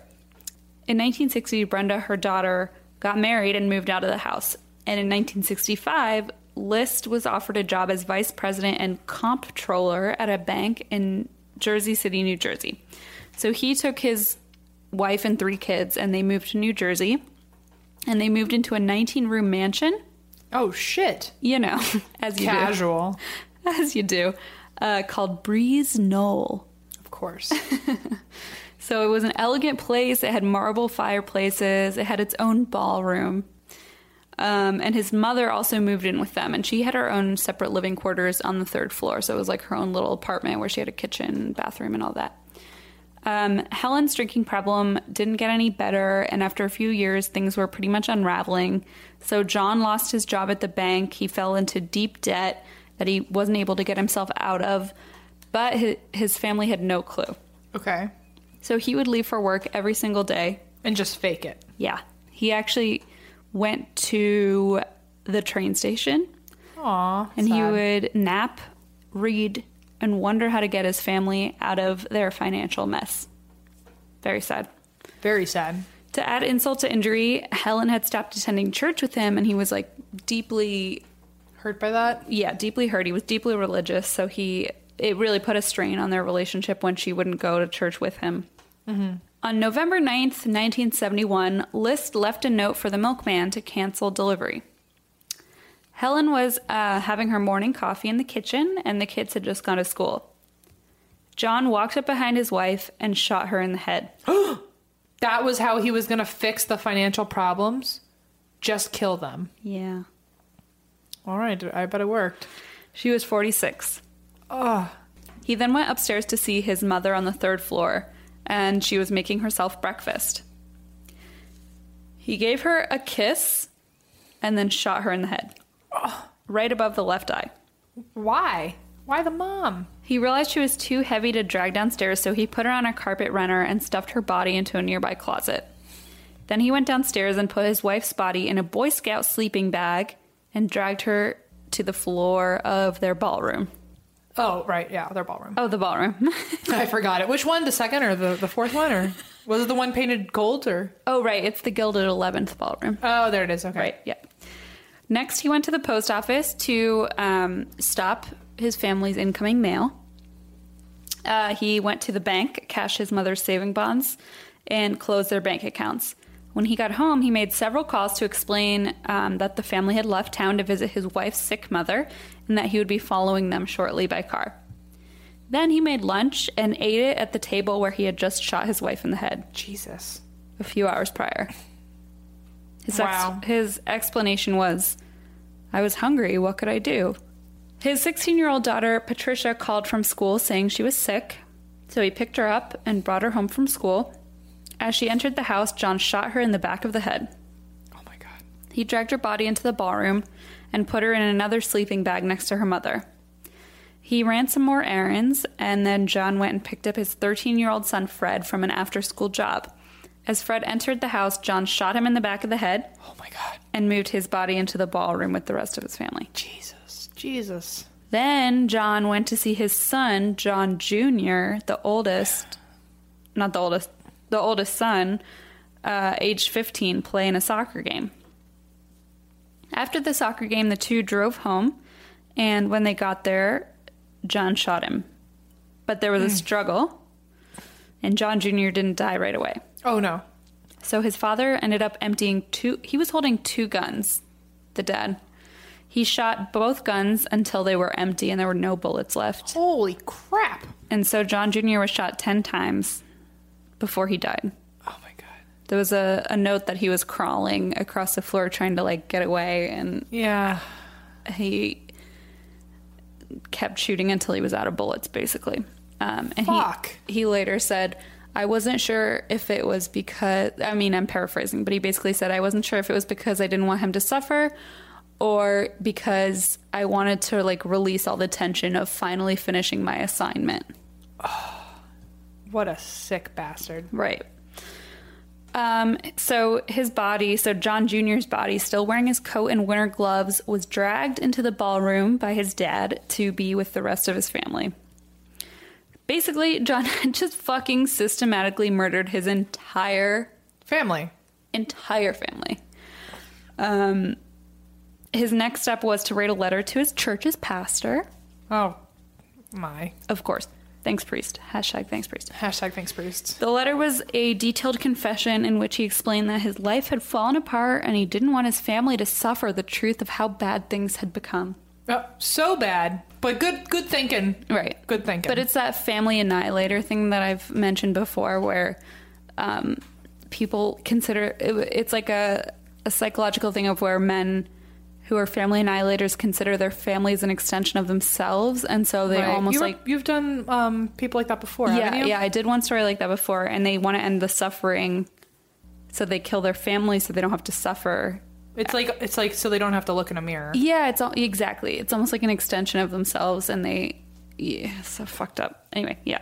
Speaker 4: In 1960, Brenda, her daughter, got married and moved out of the house. And in 1965, List was offered a job as vice president and comptroller at a bank in Jersey City, New Jersey. So he took his wife and three kids and they moved to New Jersey. And they moved into a 19 room mansion,
Speaker 3: Oh, shit.
Speaker 4: you know, as you
Speaker 3: Casual.
Speaker 4: do. As you do, uh, called Breeze Knoll.
Speaker 3: Of course.
Speaker 4: So it was an elegant place. It had marble fireplaces. It had its own ballroom. Um, and his mother also moved in with them, and she had her own separate living quarters on the third floor. So it was like her own little apartment where she had a kitchen, bathroom, and all that. Um, Helen's drinking problem didn't get any better, and after a few years, things were pretty much unraveling. So John lost his job at the bank. He fell into deep debt that he wasn't able to get himself out of, but his, his family had no clue.
Speaker 3: okay.
Speaker 4: So he would leave for work every single day.
Speaker 3: And just fake it.
Speaker 4: Yeah. He actually went to the train station
Speaker 3: Aw.
Speaker 4: and he
Speaker 3: sad.
Speaker 4: would nap, read, and wonder how to get his family out of their financial mess. Very sad.
Speaker 3: Very sad.
Speaker 4: To add insult to injury, Helen had stopped attending church with him and he was like deeply
Speaker 3: Hurt by that?
Speaker 4: yeah, deeply hurt. He was deeply religious, so he it really put a strain on their relationship when she wouldn't go to church with him. On November 9th, 1971, List left a note for the milkman to cancel delivery. Helen was uh, having her morning coffee in the kitchen, and the kids had just gone to school. John walked up behind his wife and shot her in the head.
Speaker 3: That was how he was going to fix the financial problems? Just kill them.
Speaker 4: Yeah.
Speaker 3: All right. I bet it worked.
Speaker 4: She was 46.
Speaker 3: Ugh.
Speaker 4: He then went upstairs to see his mother on the third floor, and she was making herself breakfast. He gave her a kiss and then shot her in the head, right above the left eye.
Speaker 3: Why? Why the mom?
Speaker 4: He realized she was too heavy to drag downstairs, so he put her on a carpet runner and stuffed her body into a nearby closet. Then he went downstairs and put his wife's body in a Boy Scout sleeping bag and dragged her to the floor of their ballroom.
Speaker 3: Oh, right. Yeah, their ballroom.
Speaker 4: Oh, the ballroom.
Speaker 3: I forgot it. Which one? The second or the, the fourth one? Or was it the one painted gold? Or
Speaker 4: oh, right. It's the Gilded 11th ballroom.
Speaker 3: oh, there it is. Okay.
Speaker 4: Right. Yeah. Next, he went to the post office to um, stop his family's incoming mail. Uh, he went to the bank, cashed his mother's saving bonds, and closed their bank accounts. When he got home, he made several calls to explain um, that the family had left town to visit his wife's sick mother and that he would be following them shortly by car. Then he made lunch and ate it at the table where he had just shot his wife in the head
Speaker 3: Jesus.
Speaker 4: a few hours prior. His,
Speaker 3: Wow.
Speaker 4: ex- his explanation was, I was hungry. What could I do? His 16 year old daughter, Patricia, called from school saying she was sick. So he picked her up and brought her home from school. As she entered the house, John shot her in the back of the head.
Speaker 3: Oh my God.
Speaker 4: He dragged her body into the ballroom and put her in another sleeping bag next to her mother. He ran some more errands, and then John went and picked up his 13 year old son Fred from an after school job. As Fred entered the house, John shot him in the back of the head
Speaker 3: Oh my God.
Speaker 4: and moved his body into the ballroom with the rest of his family.
Speaker 3: Jesus. Jesus.
Speaker 4: Then John went to see his son, John Jr., the oldest, not the oldest, the oldest son, uh, aged 15, play in a soccer game. After the soccer game, the two drove home, and when they got there, John shot him. But there was a struggle, and John Jr. didn't die right away.
Speaker 3: Oh no.
Speaker 4: So his father ended up emptying two, he was holding two guns, the dad. He shot both guns until they were empty and there were no bullets left.
Speaker 3: Holy crap.
Speaker 4: And so John Jr. was shot 10 times before he died.
Speaker 3: Oh my God.
Speaker 4: There was a, a note that he was crawling across the floor trying to like get away and
Speaker 3: Yeah.
Speaker 4: he kept shooting until he was out of bullets, basically. Um, and
Speaker 3: Fuck.
Speaker 4: he he later said, "I wasn't sure if it was because I mean I'm paraphrasing, but he basically said I wasn't sure if it was because I didn't want him to suffer." Or because I wanted to like release all the tension of finally finishing my assignment.
Speaker 3: What a sick bastard.
Speaker 4: Right. Um, so his body, so John Jr.'s body, still wearing his coat and winter gloves, was dragged into the ballroom by his dad to be with the rest of his family. Basically, John had just fucking systematically murdered his entire
Speaker 3: Family.
Speaker 4: entire family. Um, his next step was to write a letter to his church's pastor.
Speaker 3: Oh my.
Speaker 4: Of course, thanks priest. Hashtag thanks priest.
Speaker 3: Hashtag thanks, Bruce.
Speaker 4: The letter was a detailed confession in which he explained that his life had fallen apart and he didn't want his family to suffer the truth of how bad things had become.
Speaker 3: Oh, so bad, but good. Good thinking.
Speaker 4: Right.
Speaker 3: Good thinking.
Speaker 4: But it's that family annihilator thing that I've mentioned before where um, people consider it, it's like a, a psychological thing of where men who are family annihilators consider their families an extension of themselves. And so they
Speaker 3: Right.
Speaker 4: almost
Speaker 3: you were-
Speaker 4: like.
Speaker 3: you've done um, people like that before. haven't
Speaker 4: Yeah,
Speaker 3: you?
Speaker 4: yeah, I did one story like that before, and they want to end the suffering, so they kill their family so they don't have to suffer.
Speaker 3: It's like it's like so they don't have to look in a mirror.
Speaker 4: Yeah, it's all exactly. It's almost like an extension of themselves, and they, yeah, so fucked up. Anyway, yeah.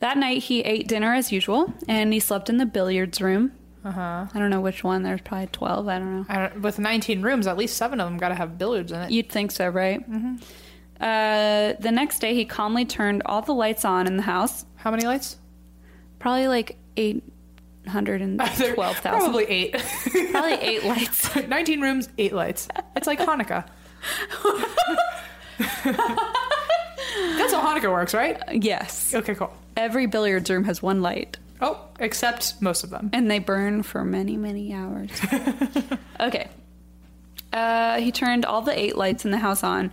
Speaker 4: That night he ate dinner as usual, and he slept in the billiards room. Uh huh. I don't know which one. There's probably twelve. I don't know.
Speaker 3: I don't, with 19 rooms, at least seven of them got to have billiards in it.
Speaker 4: You'd think so, right? Mm-hmm. Uh, the next day, he calmly turned all the lights on in the house,
Speaker 3: How many lights?
Speaker 4: probably like eight hundred and twelve thousand.
Speaker 3: Probably eight.
Speaker 4: Probably eight lights.
Speaker 3: 19 rooms, eight lights. It's like Hanukkah. That's how Hanukkah works, right?
Speaker 4: Yes.
Speaker 3: Okay, cool.
Speaker 4: Every billiards room has one light,
Speaker 3: Oh, except most of them.
Speaker 4: and they burn for many, many hours. okay. Uh, he turned all the eight lights in the house on.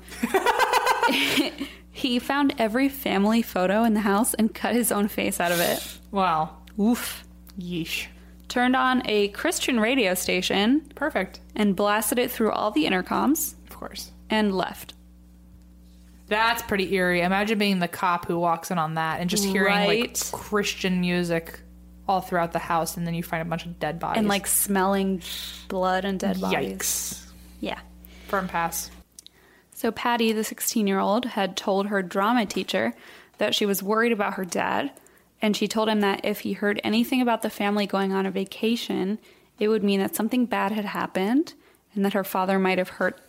Speaker 4: he found every family photo in the house and cut his own face out of it.
Speaker 3: Wow.
Speaker 4: Oof.
Speaker 3: Yeesh.
Speaker 4: Turned on a Christian radio station
Speaker 3: Perfect.
Speaker 4: and blasted it through all the intercoms
Speaker 3: Of course.
Speaker 4: and left.
Speaker 3: That's pretty eerie. Imagine being the cop who walks in on that and just hearing
Speaker 4: Right.
Speaker 3: like Christian music all throughout the house, and then you find a bunch of dead bodies.
Speaker 4: And like smelling blood and dead bodies.
Speaker 3: yikes.
Speaker 4: Yeah.
Speaker 3: Firm pass.
Speaker 4: So, Patty, the 16 year old, had told her drama teacher that she was worried about her dad, and she told him that if he heard anything about the family going on a vacation, it would mean that something bad had happened and that her father might have hurt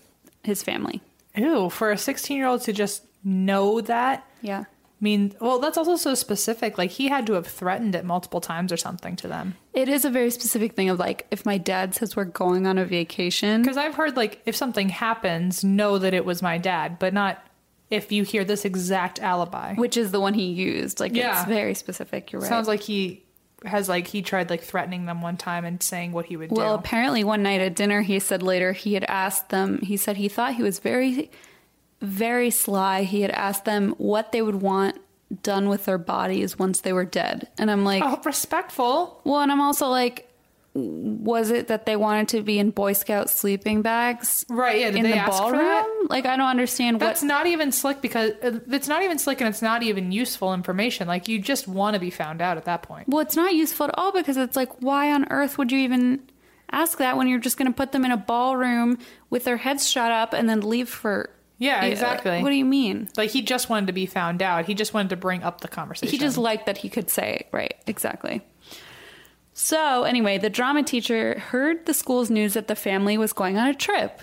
Speaker 4: his family.
Speaker 3: Ew, for a 16 year old to just know that.
Speaker 4: Yeah.
Speaker 3: I mean, well, that's also so specific. Like, he had to have threatened it multiple times or something to them.
Speaker 4: It is a very specific thing of like, if my dad says we're going on a vacation,
Speaker 3: Because I've heard, like, if something happens, know that it was my dad, but not if you hear this exact alibi.
Speaker 4: which is the one he used. Like,
Speaker 3: Yeah.
Speaker 4: it's very specific. You're right.
Speaker 3: Sounds like he has, like, he tried, like, threatening them one time and saying what he would
Speaker 4: Well,
Speaker 3: do.
Speaker 4: apparently, one night at dinner, he said later he had asked them, he said he thought he was very, very sly. He had asked them what they would want done with their bodies once they were dead. And I'm like,
Speaker 3: Oh, respectful.
Speaker 4: well, and I'm also like, was it that they wanted to be in Boy Scout sleeping bags
Speaker 3: Right. Yeah. Did
Speaker 4: in
Speaker 3: they
Speaker 4: the
Speaker 3: ask for that?
Speaker 4: ballroom? Like, I don't understand what.
Speaker 3: That's not even slick because uh, it's not even slick and it's not even useful information. Like, you just want to be found out at that point.
Speaker 4: Well, it's not useful at all because it's like, why on earth would you even ask that when you're just going to put them in a ballroom with their heads shot up and then leave for. e-,
Speaker 3: Yeah, exactly.
Speaker 4: What do you mean?
Speaker 3: Like, he just wanted to be found out. He just wanted to bring up the conversation.
Speaker 4: He just liked that he could say it. Right, exactly. So, anyway, the drama teacher heard the school's news that the family was going on a trip.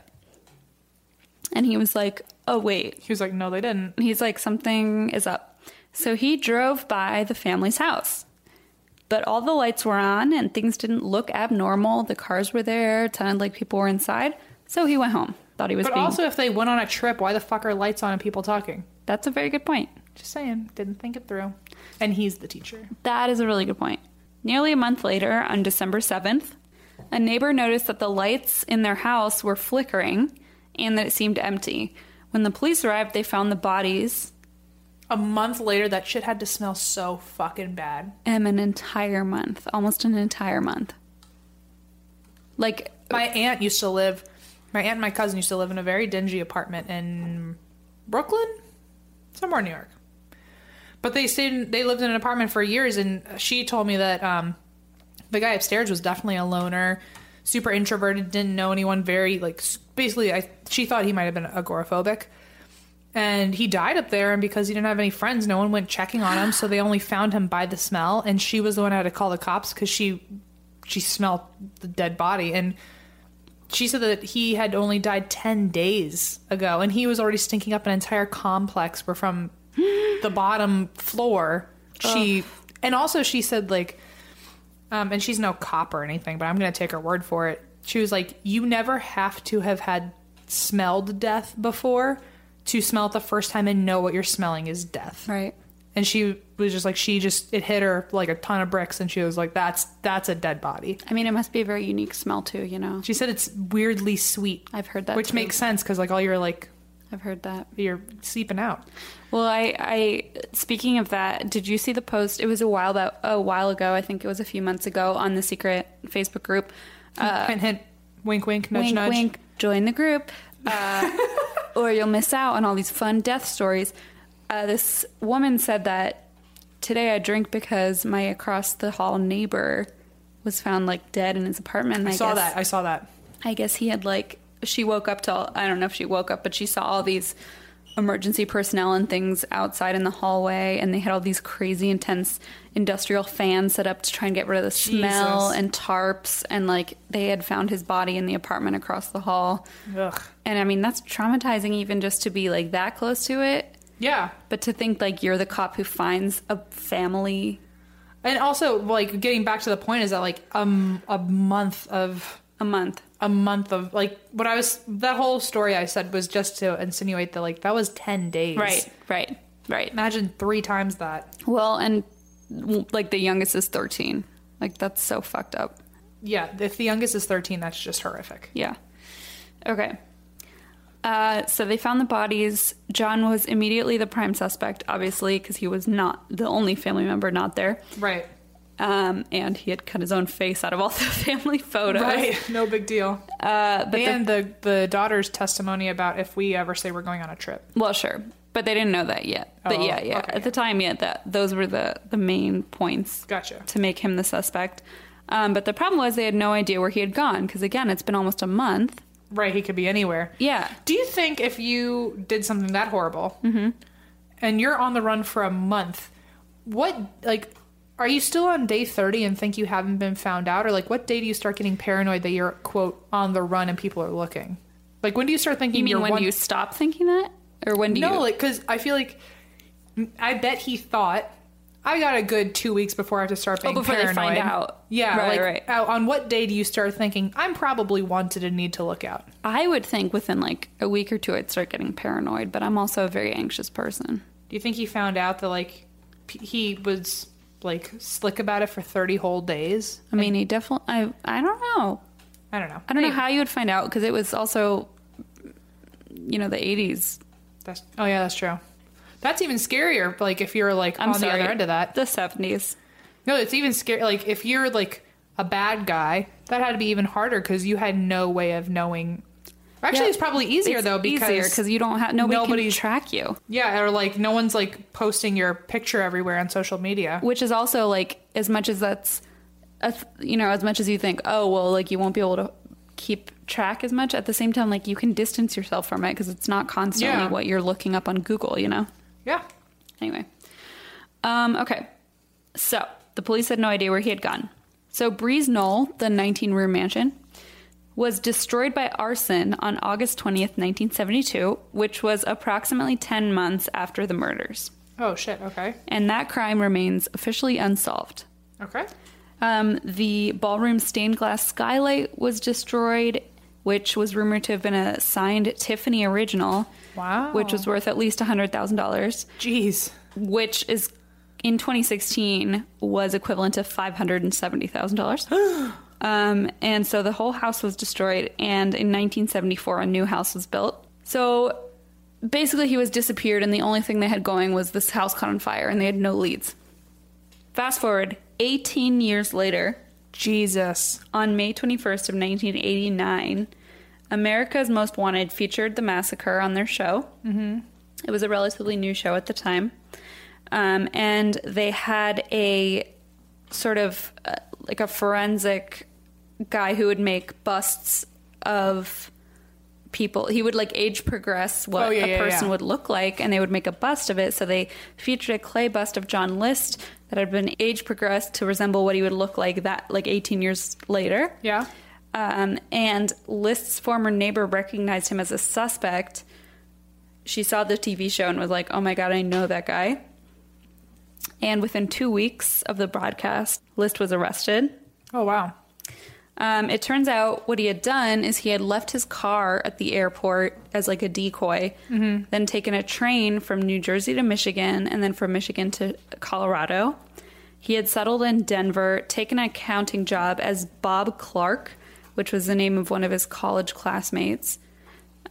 Speaker 4: And he was like, oh, wait.
Speaker 3: He was like, no, they didn't.
Speaker 4: He's like, something is up. So he drove by the family's house. But all the lights were on and things didn't look abnormal. The cars were there, it sounded like people were inside. So he went home. Thought he was
Speaker 3: But
Speaker 4: being.
Speaker 3: also, if they went on a trip, why the fuck are lights on and people talking?
Speaker 4: That's a very good point.
Speaker 3: Just saying. Didn't think it through. And he's the teacher.
Speaker 4: That is a really good point. Nearly a month later, on December 7th, a neighbor noticed that the lights in their house were flickering and that it seemed empty. When the police arrived, they found the bodies
Speaker 3: A month later, that shit had to smell so fucking bad.
Speaker 4: um, an entire month, almost an entire month. Like,
Speaker 3: My aunt used to live, my aunt and my cousin used to live in a very dingy apartment in Brooklyn, somewhere in New York. But they stayed, in, they lived in an apartment for years, and she told me that um, the guy upstairs was definitely a loner, super introverted, didn't know anyone, very like s- basically, I she thought he might have been agoraphobic. And he died up there, and because he didn't have any friends, no one went checking on him, so they only found him by the smell. And she was the one who had to call the cops because she she smelled the dead body and she said that he had only died 10 days ago and he was already stinking up an entire complex where from the bottom floor she and also she said like um, and she's no cop or anything but i'm gonna take her word for it she was like you never have to have had smelled death before to smell it the first time and know what you're smelling is death
Speaker 4: right.
Speaker 3: and she was just like she just it hit her like a ton of bricks and she was like that's that's a dead body
Speaker 4: I mean, it must be a very unique smell, too, you know?
Speaker 3: she said it's weirdly sweet
Speaker 4: I've heard that.
Speaker 3: which
Speaker 4: too.
Speaker 3: makes sense because like all your like
Speaker 4: I've heard that.
Speaker 3: you're sleeping out
Speaker 4: Well, I, I speaking of that, did you see the post? It was a while about a while ago. I think it was a few months ago on the secret Facebook group.
Speaker 3: hint hint wink wink nudge
Speaker 4: Uh, wink,
Speaker 3: nudge
Speaker 4: wink. Join the group, uh, or you'll miss out on all these fun death stories. Uh, this woman said that today I drink because my across the hall neighbor was found like dead in his apartment. and
Speaker 3: i, saw
Speaker 4: guess-
Speaker 3: that i saw that
Speaker 4: I guess he had like she woke up to all, I don't know if she woke up, but she saw all these emergency personnel and things outside in the hallway, and they had all these crazy intense industrial fans set up to try and get rid of the smell
Speaker 3: Jesus.
Speaker 4: and tarps, and like they had found his body in the apartment across the hall.
Speaker 3: Ugh.
Speaker 4: And I mean that's traumatizing even just to be like that close to it,
Speaker 3: yeah
Speaker 4: but to think like you're the cop who finds a family
Speaker 3: and also like getting back to the point is that like um a month of
Speaker 4: a month.
Speaker 3: a month of like what i was that whole story i said was just to insinuate that like that was 10 days
Speaker 4: right, right.
Speaker 3: imagine three times that
Speaker 4: Well, and w- like the youngest is 13. Like that's so fucked up.
Speaker 3: yeah if the youngest is 13 that's just horrific
Speaker 4: Yeah. Okay. Uh, so they found the bodies. John was immediately the prime suspect, obviously, because he was not the only family member not there.
Speaker 3: right
Speaker 4: Um, and he had cut his own face out of all the family photos.
Speaker 3: right no big deal
Speaker 4: Uh, but the,
Speaker 3: and the the daughter's testimony about if we ever say we're going on a trip
Speaker 4: well, sure, but they didn't know that yet. but
Speaker 3: Oh,
Speaker 4: yeah, yeah.
Speaker 3: okay.
Speaker 4: At the time, yeah, that those were the the main points.
Speaker 3: Gotcha.
Speaker 4: to make him the suspect. Um, but the problem was they had no idea where he had gone because again, it's been almost a month.
Speaker 3: Right, he could be anywhere.
Speaker 4: Yeah.
Speaker 3: Do you think if you did something
Speaker 4: Mm-hmm.
Speaker 3: that horrible and you're on the run for a month, what, like, Are you still on day 30 and think you haven't been found out? Or, like, what day do you start getting paranoid that you're, quote, on the run and people are looking? Like, when do you start
Speaker 4: You
Speaker 3: thinking
Speaker 4: mean
Speaker 3: are
Speaker 4: when
Speaker 3: one-
Speaker 4: do you stop thinking that, or when do you?
Speaker 3: No, like, because I feel like I bet he thought I got a good two weeks before I have to start being
Speaker 4: Oh, before they
Speaker 3: paranoid.
Speaker 4: find out.
Speaker 3: Yeah,
Speaker 4: Right,
Speaker 3: like,
Speaker 4: right.
Speaker 3: uh, on what day do you start thinking I'm probably wanted and need to look out?
Speaker 4: I would think within like a week or two, I'd start getting paranoid. But I'm also a very anxious person.
Speaker 3: Do you think he found out that like p- he was like slick about it for thirty whole days?
Speaker 4: I mean, he definitely. I I don't know.
Speaker 3: I don't know.
Speaker 4: I don't know how you would find out because it was also, you know, the 80s.
Speaker 3: That's oh yeah, that's true. That's even scarier. Like if you're like
Speaker 4: I'm
Speaker 3: on
Speaker 4: sorry.
Speaker 3: the other end of that.
Speaker 4: The 70s.
Speaker 3: No, it's even scary. Like if you're like a bad guy, that had to be even harder because you had no way of knowing. Actually,
Speaker 4: Yeah.
Speaker 3: it's probably easier
Speaker 4: It's
Speaker 3: though because
Speaker 4: easier because you don't have nobody
Speaker 3: nobody's-
Speaker 4: can track you,
Speaker 3: yeah, or like no one's like posting your picture everywhere on social media.
Speaker 4: which is also like as much as that's, a th- you know, as much as you think, oh well, like you won't be able to keep track as much. At the same time, like you can distance yourself from it because it's not constantly
Speaker 3: Yeah.
Speaker 4: what you're looking up on Google, you know.
Speaker 3: Yeah,
Speaker 4: Anyway. Um, okay. So the police had no idea where he had gone. So Breeze Knoll, the 19 room mansion, was destroyed by arson on August 20th, 1972, which was approximately 10 months after the murders.
Speaker 3: Oh shit. Okay.
Speaker 4: And that crime remains officially unsolved.
Speaker 3: Okay.
Speaker 4: Um, the ballroom stained glass skylight was destroyed, which was rumored to have been a signed Tiffany original,
Speaker 3: Wow.
Speaker 4: which was worth at least $100,000
Speaker 3: Jeez.
Speaker 4: which is in 2016 was equivalent to $570,000. um, and so the whole house was destroyed, and in 1974, a new house was built. So basically, he was disappeared, and the only thing they had going was this house caught on fire, and they had no leads. Fast forward 18 years later,
Speaker 3: Jesus.
Speaker 4: on May 21st of 1989, America's Most Wanted featured the massacre on their show. Mm-hmm. It was a relatively new show at the time, um, and they had a sort of uh, like a forensic guy who would make busts of people. He would like age progress what
Speaker 3: Oh, yeah,
Speaker 4: a
Speaker 3: yeah,
Speaker 4: person
Speaker 3: yeah.
Speaker 4: would look like, and they would make a bust of it. So they featured a clay bust of John List that had been age progressed to resemble what he would look like that like 18 years later.
Speaker 3: Yeah.
Speaker 4: Um, and List's former neighbor recognized him as a suspect. She saw the TV show and was like, "Oh my god, I know that guy." And within two weeks of the broadcast, List was arrested.
Speaker 3: Oh wow.
Speaker 4: Um, it turns out what he had done is he had left his car at the airport as like a decoy, then taken a train from New Jersey to Michigan, and then from Michigan to Colorado. He had settled in Denver, taken an accounting job as Bob Clark, which was the name of one of his college classmates.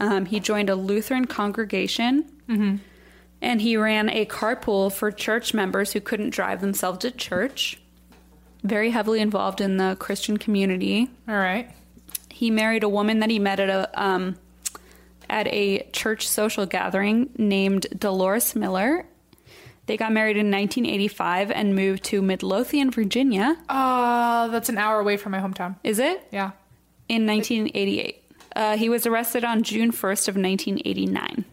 Speaker 4: Um, he joined a Lutheran congregation. And he ran a carpool for church members who couldn't drive themselves to church. Very heavily involved in the Christian community.
Speaker 3: All right.
Speaker 4: He married a woman that he met at a um, at a church social gathering named Dolores Miller. They got married in 1985 and moved to Midlothian, Virginia.
Speaker 3: Uh, that's an hour away from my hometown.
Speaker 4: Is it?
Speaker 3: Yeah.
Speaker 4: In 1988. Uh, he was arrested on June 1st of 1989.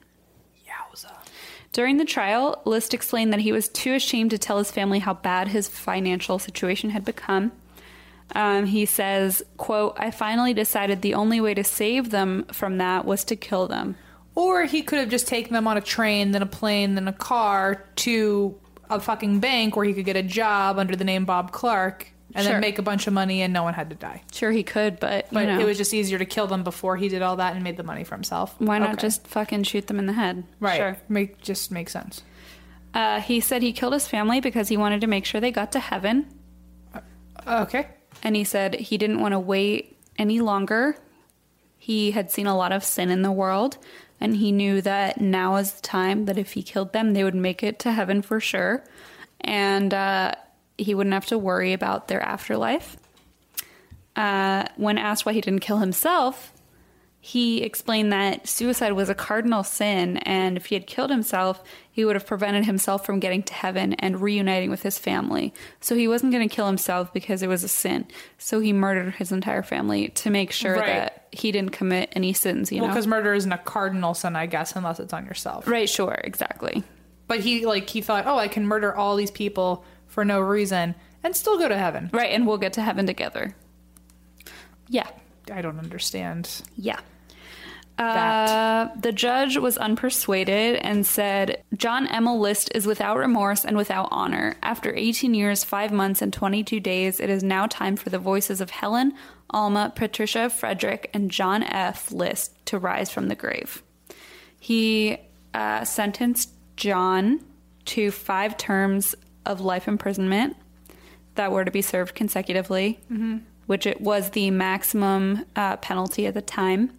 Speaker 3: Yowza.
Speaker 4: During the trial, List explained that he was too ashamed to tell his family how bad his financial situation had become. Um, he says, quote, I finally decided the only way to save them from that was to kill them.
Speaker 3: Or he could have just taken them on a train, then a plane, then a car to a fucking bank where he could get a job under the name Bob Clark and
Speaker 4: Sure.
Speaker 3: then make a bunch of money and no one had to die.
Speaker 4: Sure, he could, but,
Speaker 3: But
Speaker 4: you know,
Speaker 3: it was just easier to kill them before he did all that and made the money for himself.
Speaker 4: why not
Speaker 3: Okay.
Speaker 4: just fucking shoot them in the head?
Speaker 3: right?
Speaker 4: Sure.
Speaker 3: Make just make sense.
Speaker 4: Uh, he said he killed his family because he wanted to make sure they got to heaven.
Speaker 3: Okay.
Speaker 4: And he said he didn't want to wait any longer. He had seen a lot of sin in the world, and he knew that now is the time that if he killed them, they would make it to heaven for sure. And uh, he wouldn't have to worry about their afterlife. Uh, when asked why he didn't kill himself, he explained that suicide was a cardinal sin, and if he had killed himself, he would have prevented himself from getting to heaven and reuniting with his family. So he wasn't going to kill himself because it was a sin. So he murdered his entire family to make sure
Speaker 3: Right.
Speaker 4: that he didn't commit any sins, you
Speaker 3: Well,
Speaker 4: know?
Speaker 3: because murder isn't a cardinal sin, I guess, unless it's on yourself.
Speaker 4: Right, sure, exactly.
Speaker 3: But he like he thought, oh, I can murder all these people for no reason and still go to heaven.
Speaker 4: Right, and we'll get to heaven together. Yeah.
Speaker 3: I don't understand.
Speaker 4: Yeah. Uh,
Speaker 3: That.
Speaker 4: the judge was unpersuaded and said John Emil List is without remorse and without honor. After 18 years, 5 months, and 22 days, it is now time for the voices of Helen, Alma, Patricia, Frederick, and John F. List to rise from the grave. He uh, sentenced John to five terms of life imprisonment that were to be served consecutively, which it was the maximum uh, penalty at the time.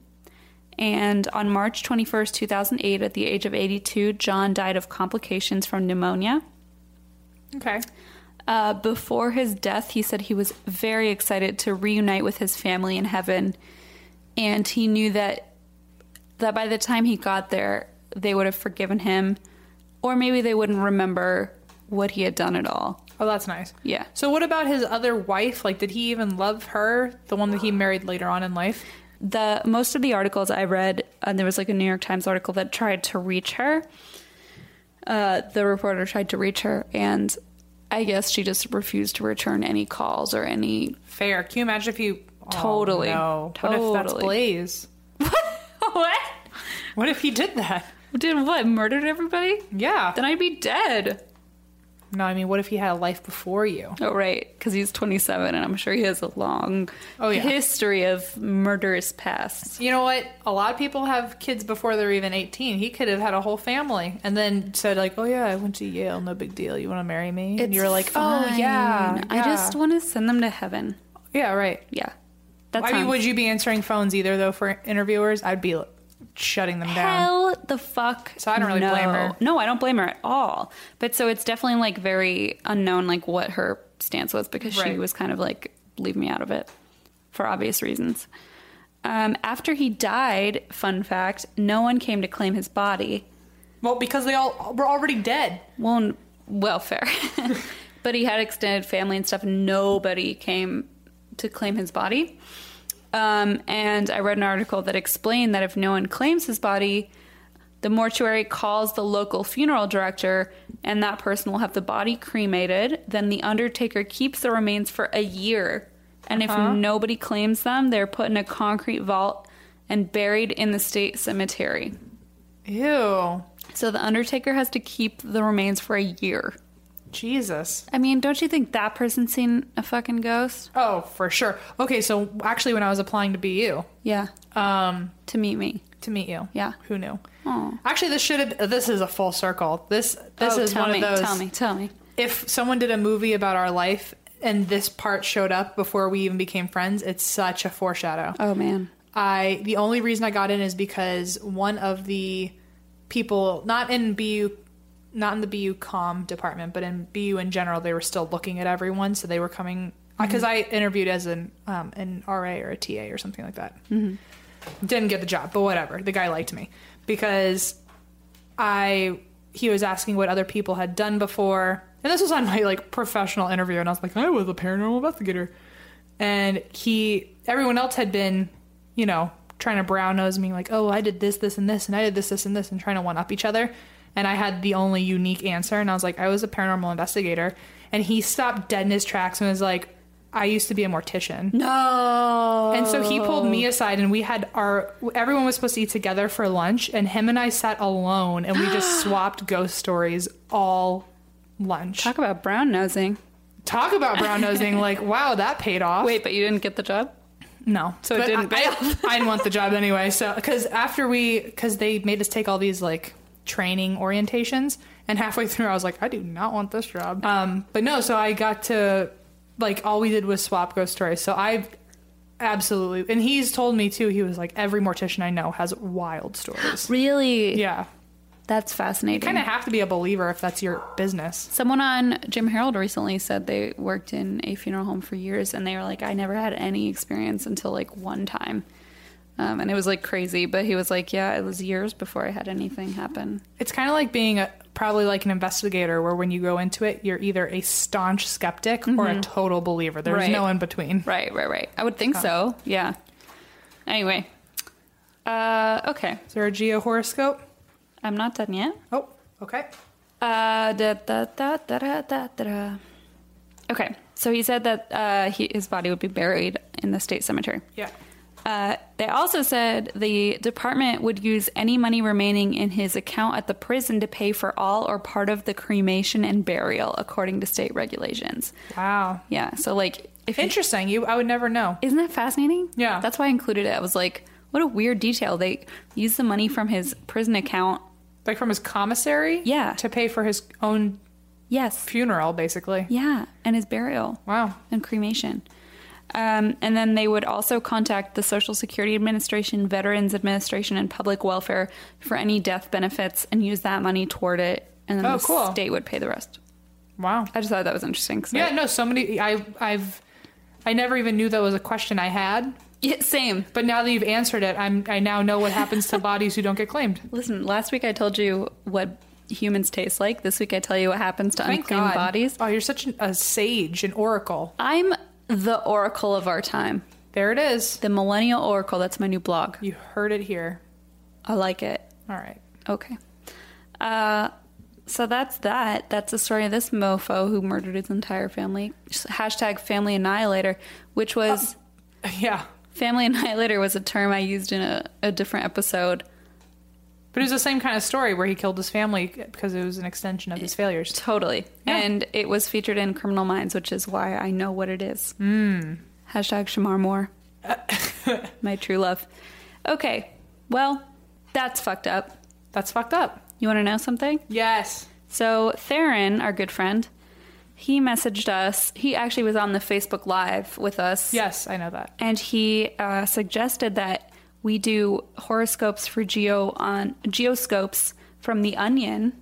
Speaker 4: And on March 21st, 2008, at the age of 82, John died of complications from pneumonia.
Speaker 3: Okay.
Speaker 4: Uh, before his death, he said he was very excited to reunite with his family in heaven, and he knew that that by the time he got there, they would have forgiven him, or maybe they wouldn't remember what he had done at all.
Speaker 3: Oh, that's nice.
Speaker 4: Yeah.
Speaker 3: So, what about his other wife? Like, did he even love her? The one that he married later on in life?
Speaker 4: the most of the articles I read, and there was like a New York Times article that tried to reach her. Uh, the reporter tried to reach her, and I guess she just refused to return any calls or any.
Speaker 3: Fair. Can you imagine if he. Oh,
Speaker 4: Totally.
Speaker 3: no. What if that's
Speaker 4: Totally.
Speaker 3: Blaze?
Speaker 4: what?
Speaker 3: What if he did that?
Speaker 4: Did what? Murdered everybody?
Speaker 3: Yeah.
Speaker 4: Then I'd be dead.
Speaker 3: No, I mean, what if he had a life before you?
Speaker 4: Oh, right. Because he's 27, and I'm sure he has a long
Speaker 3: Oh, yeah.
Speaker 4: history of murderous pasts.
Speaker 3: You know what? A lot of people have kids before they're even 18. He could have had a whole family and then said, like, oh, yeah, I went to Yale. No big deal. You want to marry me? and
Speaker 4: It's
Speaker 3: you were like, oh,
Speaker 4: fine.
Speaker 3: yeah.
Speaker 4: I
Speaker 3: yeah."
Speaker 4: just want to send them to heaven.
Speaker 3: Yeah, right.
Speaker 4: Yeah. That's
Speaker 3: I mean,
Speaker 4: how-
Speaker 3: would you be answering phones either, though, for interviewers? I'd be shutting them down.
Speaker 4: Hell the fuck.
Speaker 3: So I don't really
Speaker 4: no.
Speaker 3: blame her.
Speaker 4: No, I don't blame her at all. But so it's definitely like very unknown, like what her stance was because she
Speaker 3: Right.
Speaker 4: was kind of like, leave me out of it for obvious reasons. Um, after he died, fun fact, no one came to claim his body.
Speaker 3: Well, because they all were already dead.
Speaker 4: Well, n- welfare. but he had extended family and stuff. Nobody came to claim his body. Um, and I read an article that explained that if no one claims his body, the mortuary calls the local funeral director, and that person will have the body cremated. Then the undertaker keeps the remains for a year. And if nobody claims them, they're put in a concrete vault and buried in the state cemetery.
Speaker 3: Ew.
Speaker 4: So the undertaker has to keep the remains for a year.
Speaker 3: Jesus.
Speaker 4: I mean, don't you think that person's seen a fucking ghost?
Speaker 3: Oh, for sure. Okay, so actually, when I was applying to BU,
Speaker 4: Yeah,
Speaker 3: um,
Speaker 4: to meet me.
Speaker 3: to meet you,
Speaker 4: Yeah.
Speaker 3: who knew?
Speaker 4: Aw.
Speaker 3: Actually, this should have. This is a full circle. This this
Speaker 4: oh,
Speaker 3: is
Speaker 4: tell
Speaker 3: one
Speaker 4: me,
Speaker 3: of those.
Speaker 4: Tell me, tell me.
Speaker 3: If someone did a movie about our life and this part showed up before we even became friends, it's such a foreshadow.
Speaker 4: Oh man,
Speaker 3: I the only reason I got in is because one of the people not in BU not in the BU com department, but in BU in general, they were still looking at everyone, so they were coming because I interviewed as an um, an RA or a TA or something like that. Didn't get the job, but whatever. The guy liked me because I he was asking what other people had done before, and this was on my like professional interview, and I was like, I was a paranormal investigator, and he everyone else had been, you know, trying to brown nose me like, oh, I did this, this, and this, and I did this, this, and this, and trying to one up each other, and I had the only unique answer, and I was like, I was a paranormal investigator, and he stopped dead in his tracks and was like, I used to be a mortician.
Speaker 4: no.
Speaker 3: And so he pulled me aside, and we had our everyone was supposed to eat together for lunch, and him and I sat alone, and we just swapped ghost stories all lunch.
Speaker 4: Talk about brown nosing.
Speaker 3: Talk about brown nosing! like, wow, that paid off.
Speaker 4: Wait, but you didn't get the job.
Speaker 3: no, so
Speaker 4: it didn't
Speaker 3: I,
Speaker 4: pay
Speaker 3: I, I didn't want the job anyway. So because after we, because they made us take all these like training orientations, and halfway through, I was like, I do not want this job. Um, but no, so I got to like all we did was swap ghost stories. So I Absolutely. And he's told me too, he was like, every mortician I know has wild stories.
Speaker 4: Really?
Speaker 3: yeah.
Speaker 4: That's fascinating.
Speaker 3: Kind of have to be a believer if that's your business.
Speaker 4: Someone on Jim Harold recently said they worked in a funeral home for years, and they were like, I never had any experience until like one time. Um, and it was like crazy, but he was like, Yeah, it was years before I had anything happen.
Speaker 3: It's kind of like being a, probably like an investigator where when you go into it, you're either a staunch skeptic or a total believer. There's
Speaker 4: Mm-hmm. Right.
Speaker 3: no in between.
Speaker 4: Right, right, right. I would think so. Yeah. Anyway. Uh, okay.
Speaker 3: Is there a geo horoscope?
Speaker 4: I'm not done yet.
Speaker 3: Oh, okay.
Speaker 4: Uh, da, da, da, da, da, da, da. Okay, so he said that uh, he, his body would be buried in the state cemetery.
Speaker 3: Yeah.
Speaker 4: Uh, they also said the department would use any money remaining in his account at the prison to pay for all or part of the cremation and burial, according to state regulations.
Speaker 3: Wow.
Speaker 4: Yeah, so like, if you,
Speaker 3: Interesting. You, I would never know.
Speaker 4: isn't that fascinating?
Speaker 3: Yeah.
Speaker 4: that's why I included it. I was like, what a weird detail. They used the money from his prison account.
Speaker 3: Like from his commissary?
Speaker 4: Yeah.
Speaker 3: To pay for his own
Speaker 4: Yes,
Speaker 3: funeral, basically.
Speaker 4: yeah, and his burial.
Speaker 3: Wow.
Speaker 4: and cremation. Um, and then they would also contact the Social Security Administration, Veterans Administration, and Public Welfare for any death benefits and use that money toward it. And then
Speaker 3: Oh,
Speaker 4: the
Speaker 3: cool.
Speaker 4: state would pay the rest.
Speaker 3: Wow.
Speaker 4: I just thought that was interesting. 'cause
Speaker 3: Yeah,
Speaker 4: I-
Speaker 3: no, so many I I've I never even knew that was a question I had.
Speaker 4: yeah, same.
Speaker 3: But now that you've answered it, I'm I now know what happens to bodies who don't get claimed.
Speaker 4: Listen, last week I told you what humans taste like. This week I tell you what happens to
Speaker 3: Thank
Speaker 4: unclaimed
Speaker 3: God.
Speaker 4: bodies.
Speaker 3: Oh, you're such an, a sage, an oracle.
Speaker 4: I'm the oracle of our time,
Speaker 3: There it is.
Speaker 4: the millennial oracle. That's my new blog.
Speaker 3: You heard it here.
Speaker 4: I like it.
Speaker 3: All right.
Speaker 4: Okay. Uh, so that's that. That's the story of this mofo who murdered his entire family. Hashtag family annihilator, which was
Speaker 3: Yeah.
Speaker 4: family annihilator was a term I used in a, a different episode.
Speaker 3: But it was the same kind of story where he killed his family because it was an extension of his failures.
Speaker 4: Totally.
Speaker 3: Yeah.
Speaker 4: And it was featured in Criminal Minds, which is why I know what it is. Hashtag Shamar Moore. My true love. Okay. Well, that's fucked up.
Speaker 3: That's fucked up.
Speaker 4: You want to know something?
Speaker 3: Yes.
Speaker 4: So Theron, our good friend, he messaged us. He actually was on the Facebook Live with us.
Speaker 3: Yes, I know that.
Speaker 4: And he uh, suggested that we do horoscopes for Geo on Geoscopes from The Onion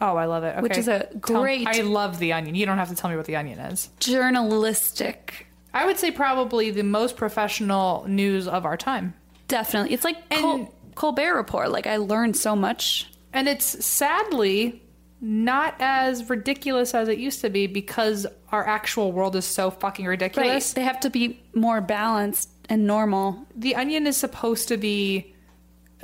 Speaker 3: Oh, I love it. Okay.
Speaker 4: Which is a
Speaker 3: Tell-
Speaker 4: great-
Speaker 3: I love the onion. You don't have to tell me what the onion is.
Speaker 4: journalistic.
Speaker 3: I would say probably the most professional news of our time.
Speaker 4: Definitely, it's like Col- Colbert Report. Like I learned so much.
Speaker 3: And it's sadly not as ridiculous as it used to be because our actual world is so fucking ridiculous.
Speaker 4: They have to be more balanced and normal.
Speaker 3: The Onion is supposed to be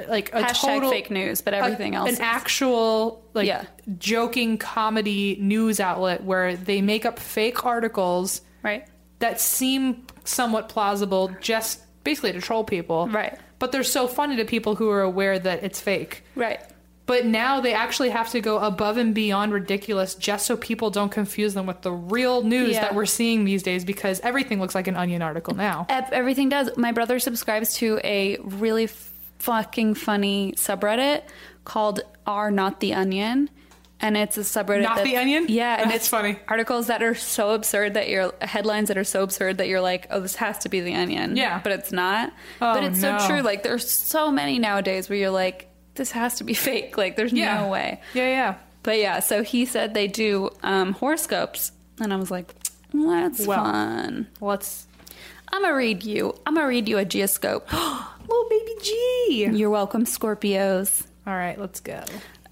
Speaker 3: like a
Speaker 4: Hashtag
Speaker 3: total
Speaker 4: fake news, but everything
Speaker 3: a-
Speaker 4: else is-
Speaker 3: an actual like
Speaker 4: Yeah.
Speaker 3: joking comedy news outlet where they make up fake articles
Speaker 4: Right.
Speaker 3: that seem somewhat plausible just basically to troll people.
Speaker 4: Right.
Speaker 3: But they're so funny to people who are aware that it's fake.
Speaker 4: Right.
Speaker 3: But now they actually have to go above and beyond ridiculous just so people don't confuse them with the real news
Speaker 4: Yeah.
Speaker 3: that we're seeing these days because everything looks like an onion article now.
Speaker 4: Ev- Everything does. My brother subscribes to a really f- fucking funny subreddit called "Are Not the Onion," and it's a subreddit.
Speaker 3: Not
Speaker 4: that's-
Speaker 3: the Onion?
Speaker 4: Yeah, and
Speaker 3: That's
Speaker 4: it's
Speaker 3: funny.
Speaker 4: Articles that are so absurd that you're headlines that are so absurd that you're like, "Oh, this has to be the Onion."
Speaker 3: Yeah.
Speaker 4: but it's not.
Speaker 3: Oh,
Speaker 4: but it's
Speaker 3: no.
Speaker 4: so true. Like there's so many nowadays where you're like, "This has to be fake." Like there's
Speaker 3: Yeah.
Speaker 4: no way.
Speaker 3: Yeah, yeah.
Speaker 4: But yeah, so he said they do um, horoscopes, and I was like, "That's
Speaker 3: Well.
Speaker 4: fun."
Speaker 3: Let's
Speaker 4: I'm gonna read you. I'm gonna read you a geoscope.
Speaker 3: little baby G.
Speaker 4: You're welcome, Scorpios.
Speaker 3: All right, let's go.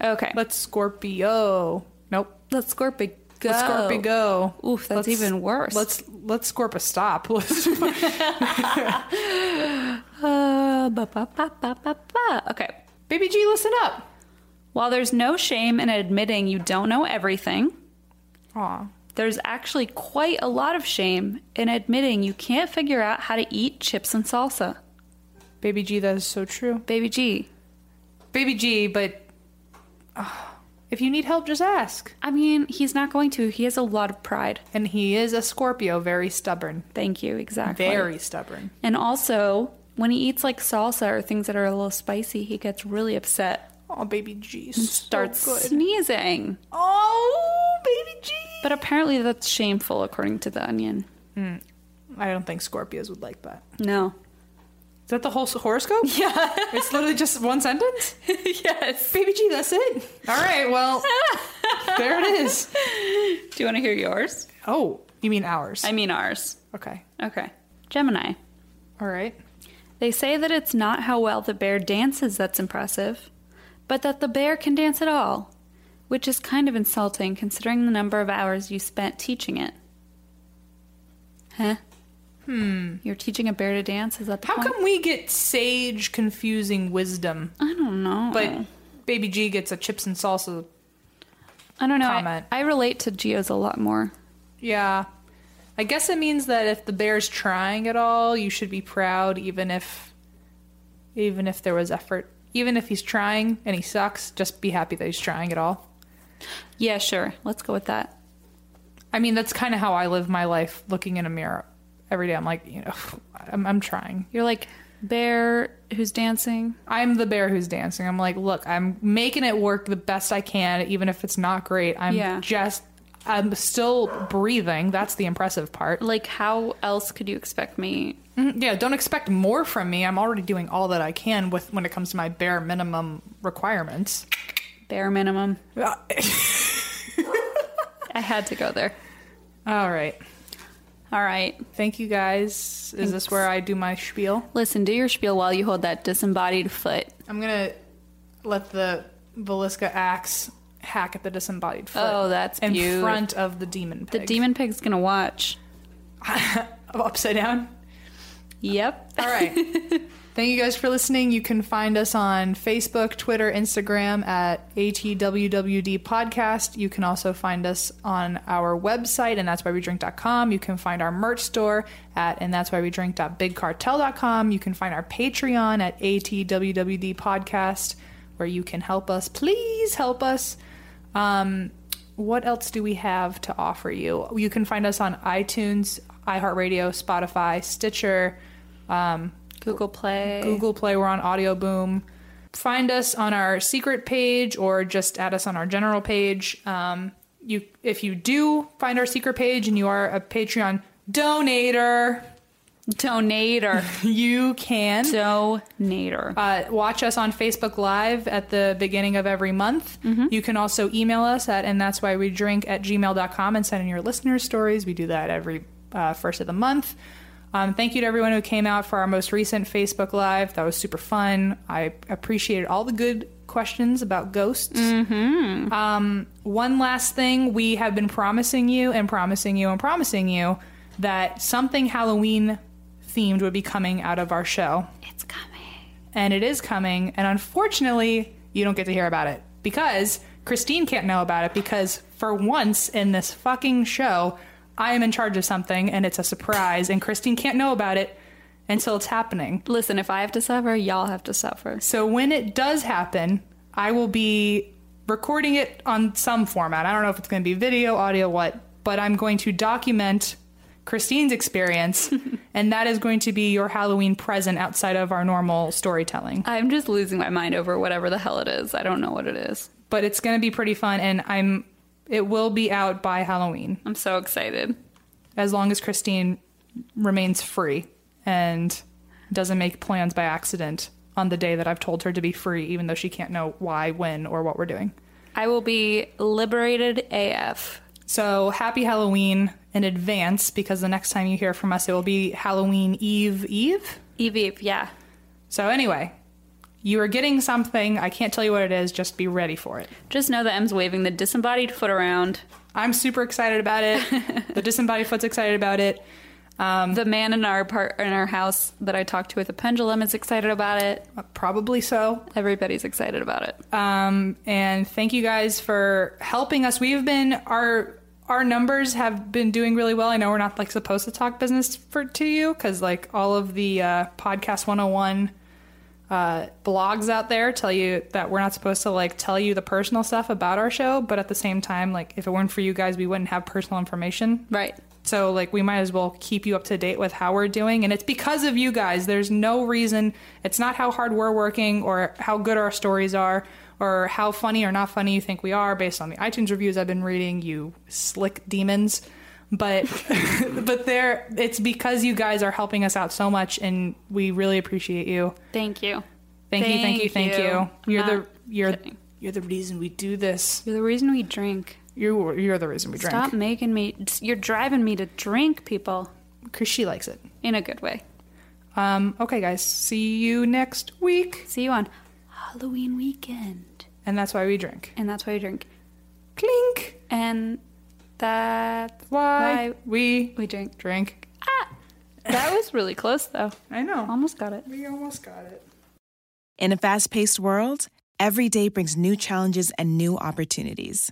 Speaker 4: Okay,
Speaker 3: Let's Scorpio. Nope.
Speaker 4: let's Scorpio go.
Speaker 3: Let's Scorpio go.
Speaker 4: Oof, that's
Speaker 3: Let's-
Speaker 4: even worse.
Speaker 3: Let's let's Scorpio stop. Let's-
Speaker 4: Uh, ba, ba, ba, ba, ba, ba. Okay.
Speaker 3: baby G, listen up.
Speaker 4: While there's no shame in admitting you don't know everything,
Speaker 3: Aw.
Speaker 4: there's actually quite a lot of shame in admitting you can't figure out how to eat chips and salsa.
Speaker 3: Baby G, that is so true.
Speaker 4: Baby G.
Speaker 3: Baby G, but ah, if you need help, just ask.
Speaker 4: I mean, he's not going to. He has a lot of pride.
Speaker 3: And he is a Scorpio, very stubborn.
Speaker 4: Thank you. Exactly.
Speaker 3: Very stubborn.
Speaker 4: And also, when he eats like salsa or things that are a little spicy, he gets really upset.
Speaker 3: Oh, baby G
Speaker 4: starts
Speaker 3: starts good.
Speaker 4: sneezing.
Speaker 3: Oh, baby G.
Speaker 4: But apparently that's shameful according to the onion.
Speaker 3: I don't think Scorpios would like that.
Speaker 4: No.
Speaker 3: Is that the whole s- horoscope? Yeah. it's literally just one sentence.
Speaker 4: yes.
Speaker 3: Baby G, that's it. All right. Well, there it is.
Speaker 4: Do you want to hear yours?
Speaker 3: Oh, you mean ours?
Speaker 4: I mean ours.
Speaker 3: okay.
Speaker 4: Okay. Gemini.
Speaker 3: All right.
Speaker 4: They say that it's not how well the bear dances that's impressive, but that the bear can dance at all, which is kind of insulting considering the number of hours you spent teaching it. Huh? Hmm. You're teaching a bear to dance? Is that the
Speaker 3: How
Speaker 4: point?
Speaker 3: come we get sage confusing wisdom,
Speaker 4: I don't know.
Speaker 3: but Baby G gets a chips and salsa?
Speaker 4: I don't know. I-
Speaker 3: comment.
Speaker 4: I relate to geos a lot more.
Speaker 3: Yeah. I guess it means that if the bear's trying at all, you should be proud, even if, even if there was effort, even if he's trying and he sucks, just be happy that he's trying at all.
Speaker 4: Yeah, sure. Let's go with that.
Speaker 3: I mean, that's kind of how I live my life, looking in a mirror every day. I'm like, you know, I'm, I'm trying.
Speaker 4: You're like bear who's dancing.
Speaker 3: I'm the bear who's dancing. I'm like, look, I'm making it work the best I can, even if it's not great. I'm
Speaker 4: Yeah.
Speaker 3: just, I'm still breathing. That's the impressive part.
Speaker 4: Like how else could you expect me?
Speaker 3: Mhm, Yeah, don't expect more from me. I'm already doing all that I can with when it comes to my bare minimum requirements.
Speaker 4: Bare minimum.
Speaker 3: all
Speaker 4: I had to go there.
Speaker 3: right.
Speaker 4: All right.
Speaker 3: Thank you guys. Is this where I do my spiel?
Speaker 4: Listen, do your spiel while you hold that disembodied foot.
Speaker 3: I'm going to let the Velisca axe hack at the disembodied foot.
Speaker 4: Oh, that's
Speaker 3: in
Speaker 4: beaut.
Speaker 3: front of the demon
Speaker 4: The
Speaker 3: pig.
Speaker 4: demon pig's gonna watch.
Speaker 3: upside down.
Speaker 4: Yep.
Speaker 3: All right. Thank you guys for listening. You can find us on Facebook, Twitter, Instagram at ATWWD Podcast. You can also find us on our website, and that's why we drink.com. You can find our merch store at and that's why we drink.bigcartel.com. You can find our Patreon at ATWWD Podcast, where you can help us. Please help us. Um, what else do we have to offer you? You can find us on iTunes, iHeartRadio, Spotify, Stitcher. Um,
Speaker 4: Google Play.
Speaker 3: Google Play. We're on Audio Boom. Find us on our secret page or just add us on our general page. Um, you, if you do find our secret page and you are a Patreon donator,
Speaker 4: Donator.
Speaker 3: you can
Speaker 4: Donator.
Speaker 3: uh, watch us on Facebook Live at the beginning of every month. You can also email us at and that's why we drink at gmail.com and send in your listener stories. We do that every uh, first of the month. Um, thank you to everyone who came out for our most recent Facebook Live. That was super fun. I appreciated all the good questions about ghosts. Um, one last thing we have been promising you and promising you and promising you that something Halloween themed would be coming out of our show
Speaker 4: It's coming.
Speaker 3: and it is coming. And unfortunately, you don't get to hear about it because Christine can't know about it because for once in this fucking show, I am in charge of something and it's a surprise, and Christine can't know about it until it's happening.
Speaker 4: Listen, if I have to suffer, y'all have to suffer.
Speaker 3: So when it does happen, I will be recording it on some format. I don't know if it's going to be video, audio, what, but I'm going to document Christine's experience, and that is going to be your Halloween present outside of our normal storytelling.
Speaker 4: I'm just losing my mind over whatever the hell it is. I don't know what it is.
Speaker 3: but it's going to be pretty fun and i'm it will be out by halloween
Speaker 4: I'm so excited.
Speaker 3: as long as christine remains free and doesn't make plans by accident on the day that i've told her to be free even though she can't know why when or what we're doing
Speaker 4: I will be liberated AF.
Speaker 3: so happy halloween in advance because the next time you hear from us it will be halloween eve eve
Speaker 4: Evie, E yeah.
Speaker 3: so anyway you are getting something i can't tell you what it is just be ready for it
Speaker 4: Just know that M's waving the disembodied foot around.
Speaker 3: i'm super excited about it the disembodied foot's excited about it um,
Speaker 4: The man in our part in our house that I talked to with a pendulum is excited about it.
Speaker 3: Uh, probably so
Speaker 4: Everybody's excited about it.
Speaker 3: um, and thank you guys for helping us we've been our our numbers have been doing really well i know we're not like supposed to talk business for to you because like all of the uh, podcast 101 uh, blogs out there tell you that we're not supposed to like tell you the personal stuff about our show but at the same time like if it weren't for you guys we wouldn't have personal information
Speaker 4: Right.
Speaker 3: so like we might as well keep you up to date with how we're doing and it's because of you guys. There's no reason it's not how hard we're working or how good our stories are or how funny or not funny you think we are based on the iTunes reviews I've been reading, you slick demons. But but there it's because you guys are helping us out so much and we really appreciate you.
Speaker 4: Thank you.
Speaker 3: Thank, you, thank you, thank you. You're
Speaker 4: I'm
Speaker 3: the
Speaker 4: not
Speaker 3: you're
Speaker 4: kidding.
Speaker 3: you're the reason we do this.
Speaker 4: You're the reason we drink.
Speaker 3: You you're the reason we drink.
Speaker 4: Stop making me. You're driving me to drink, people,
Speaker 3: Cuz she likes it.
Speaker 4: in a good way.
Speaker 3: Um, okay, guys, see you next week.
Speaker 4: See you on Halloween weekend,
Speaker 3: And that's why we drink.
Speaker 4: and that's why you drink.
Speaker 3: Clink!
Speaker 4: And that's
Speaker 3: Why,
Speaker 4: why
Speaker 3: we
Speaker 4: we drink. Ah!
Speaker 3: drink.
Speaker 4: That was really close, though.
Speaker 3: I know.
Speaker 4: Almost got it.
Speaker 3: We almost got it.
Speaker 5: In a fast paced world, every day brings new challenges and new opportunities.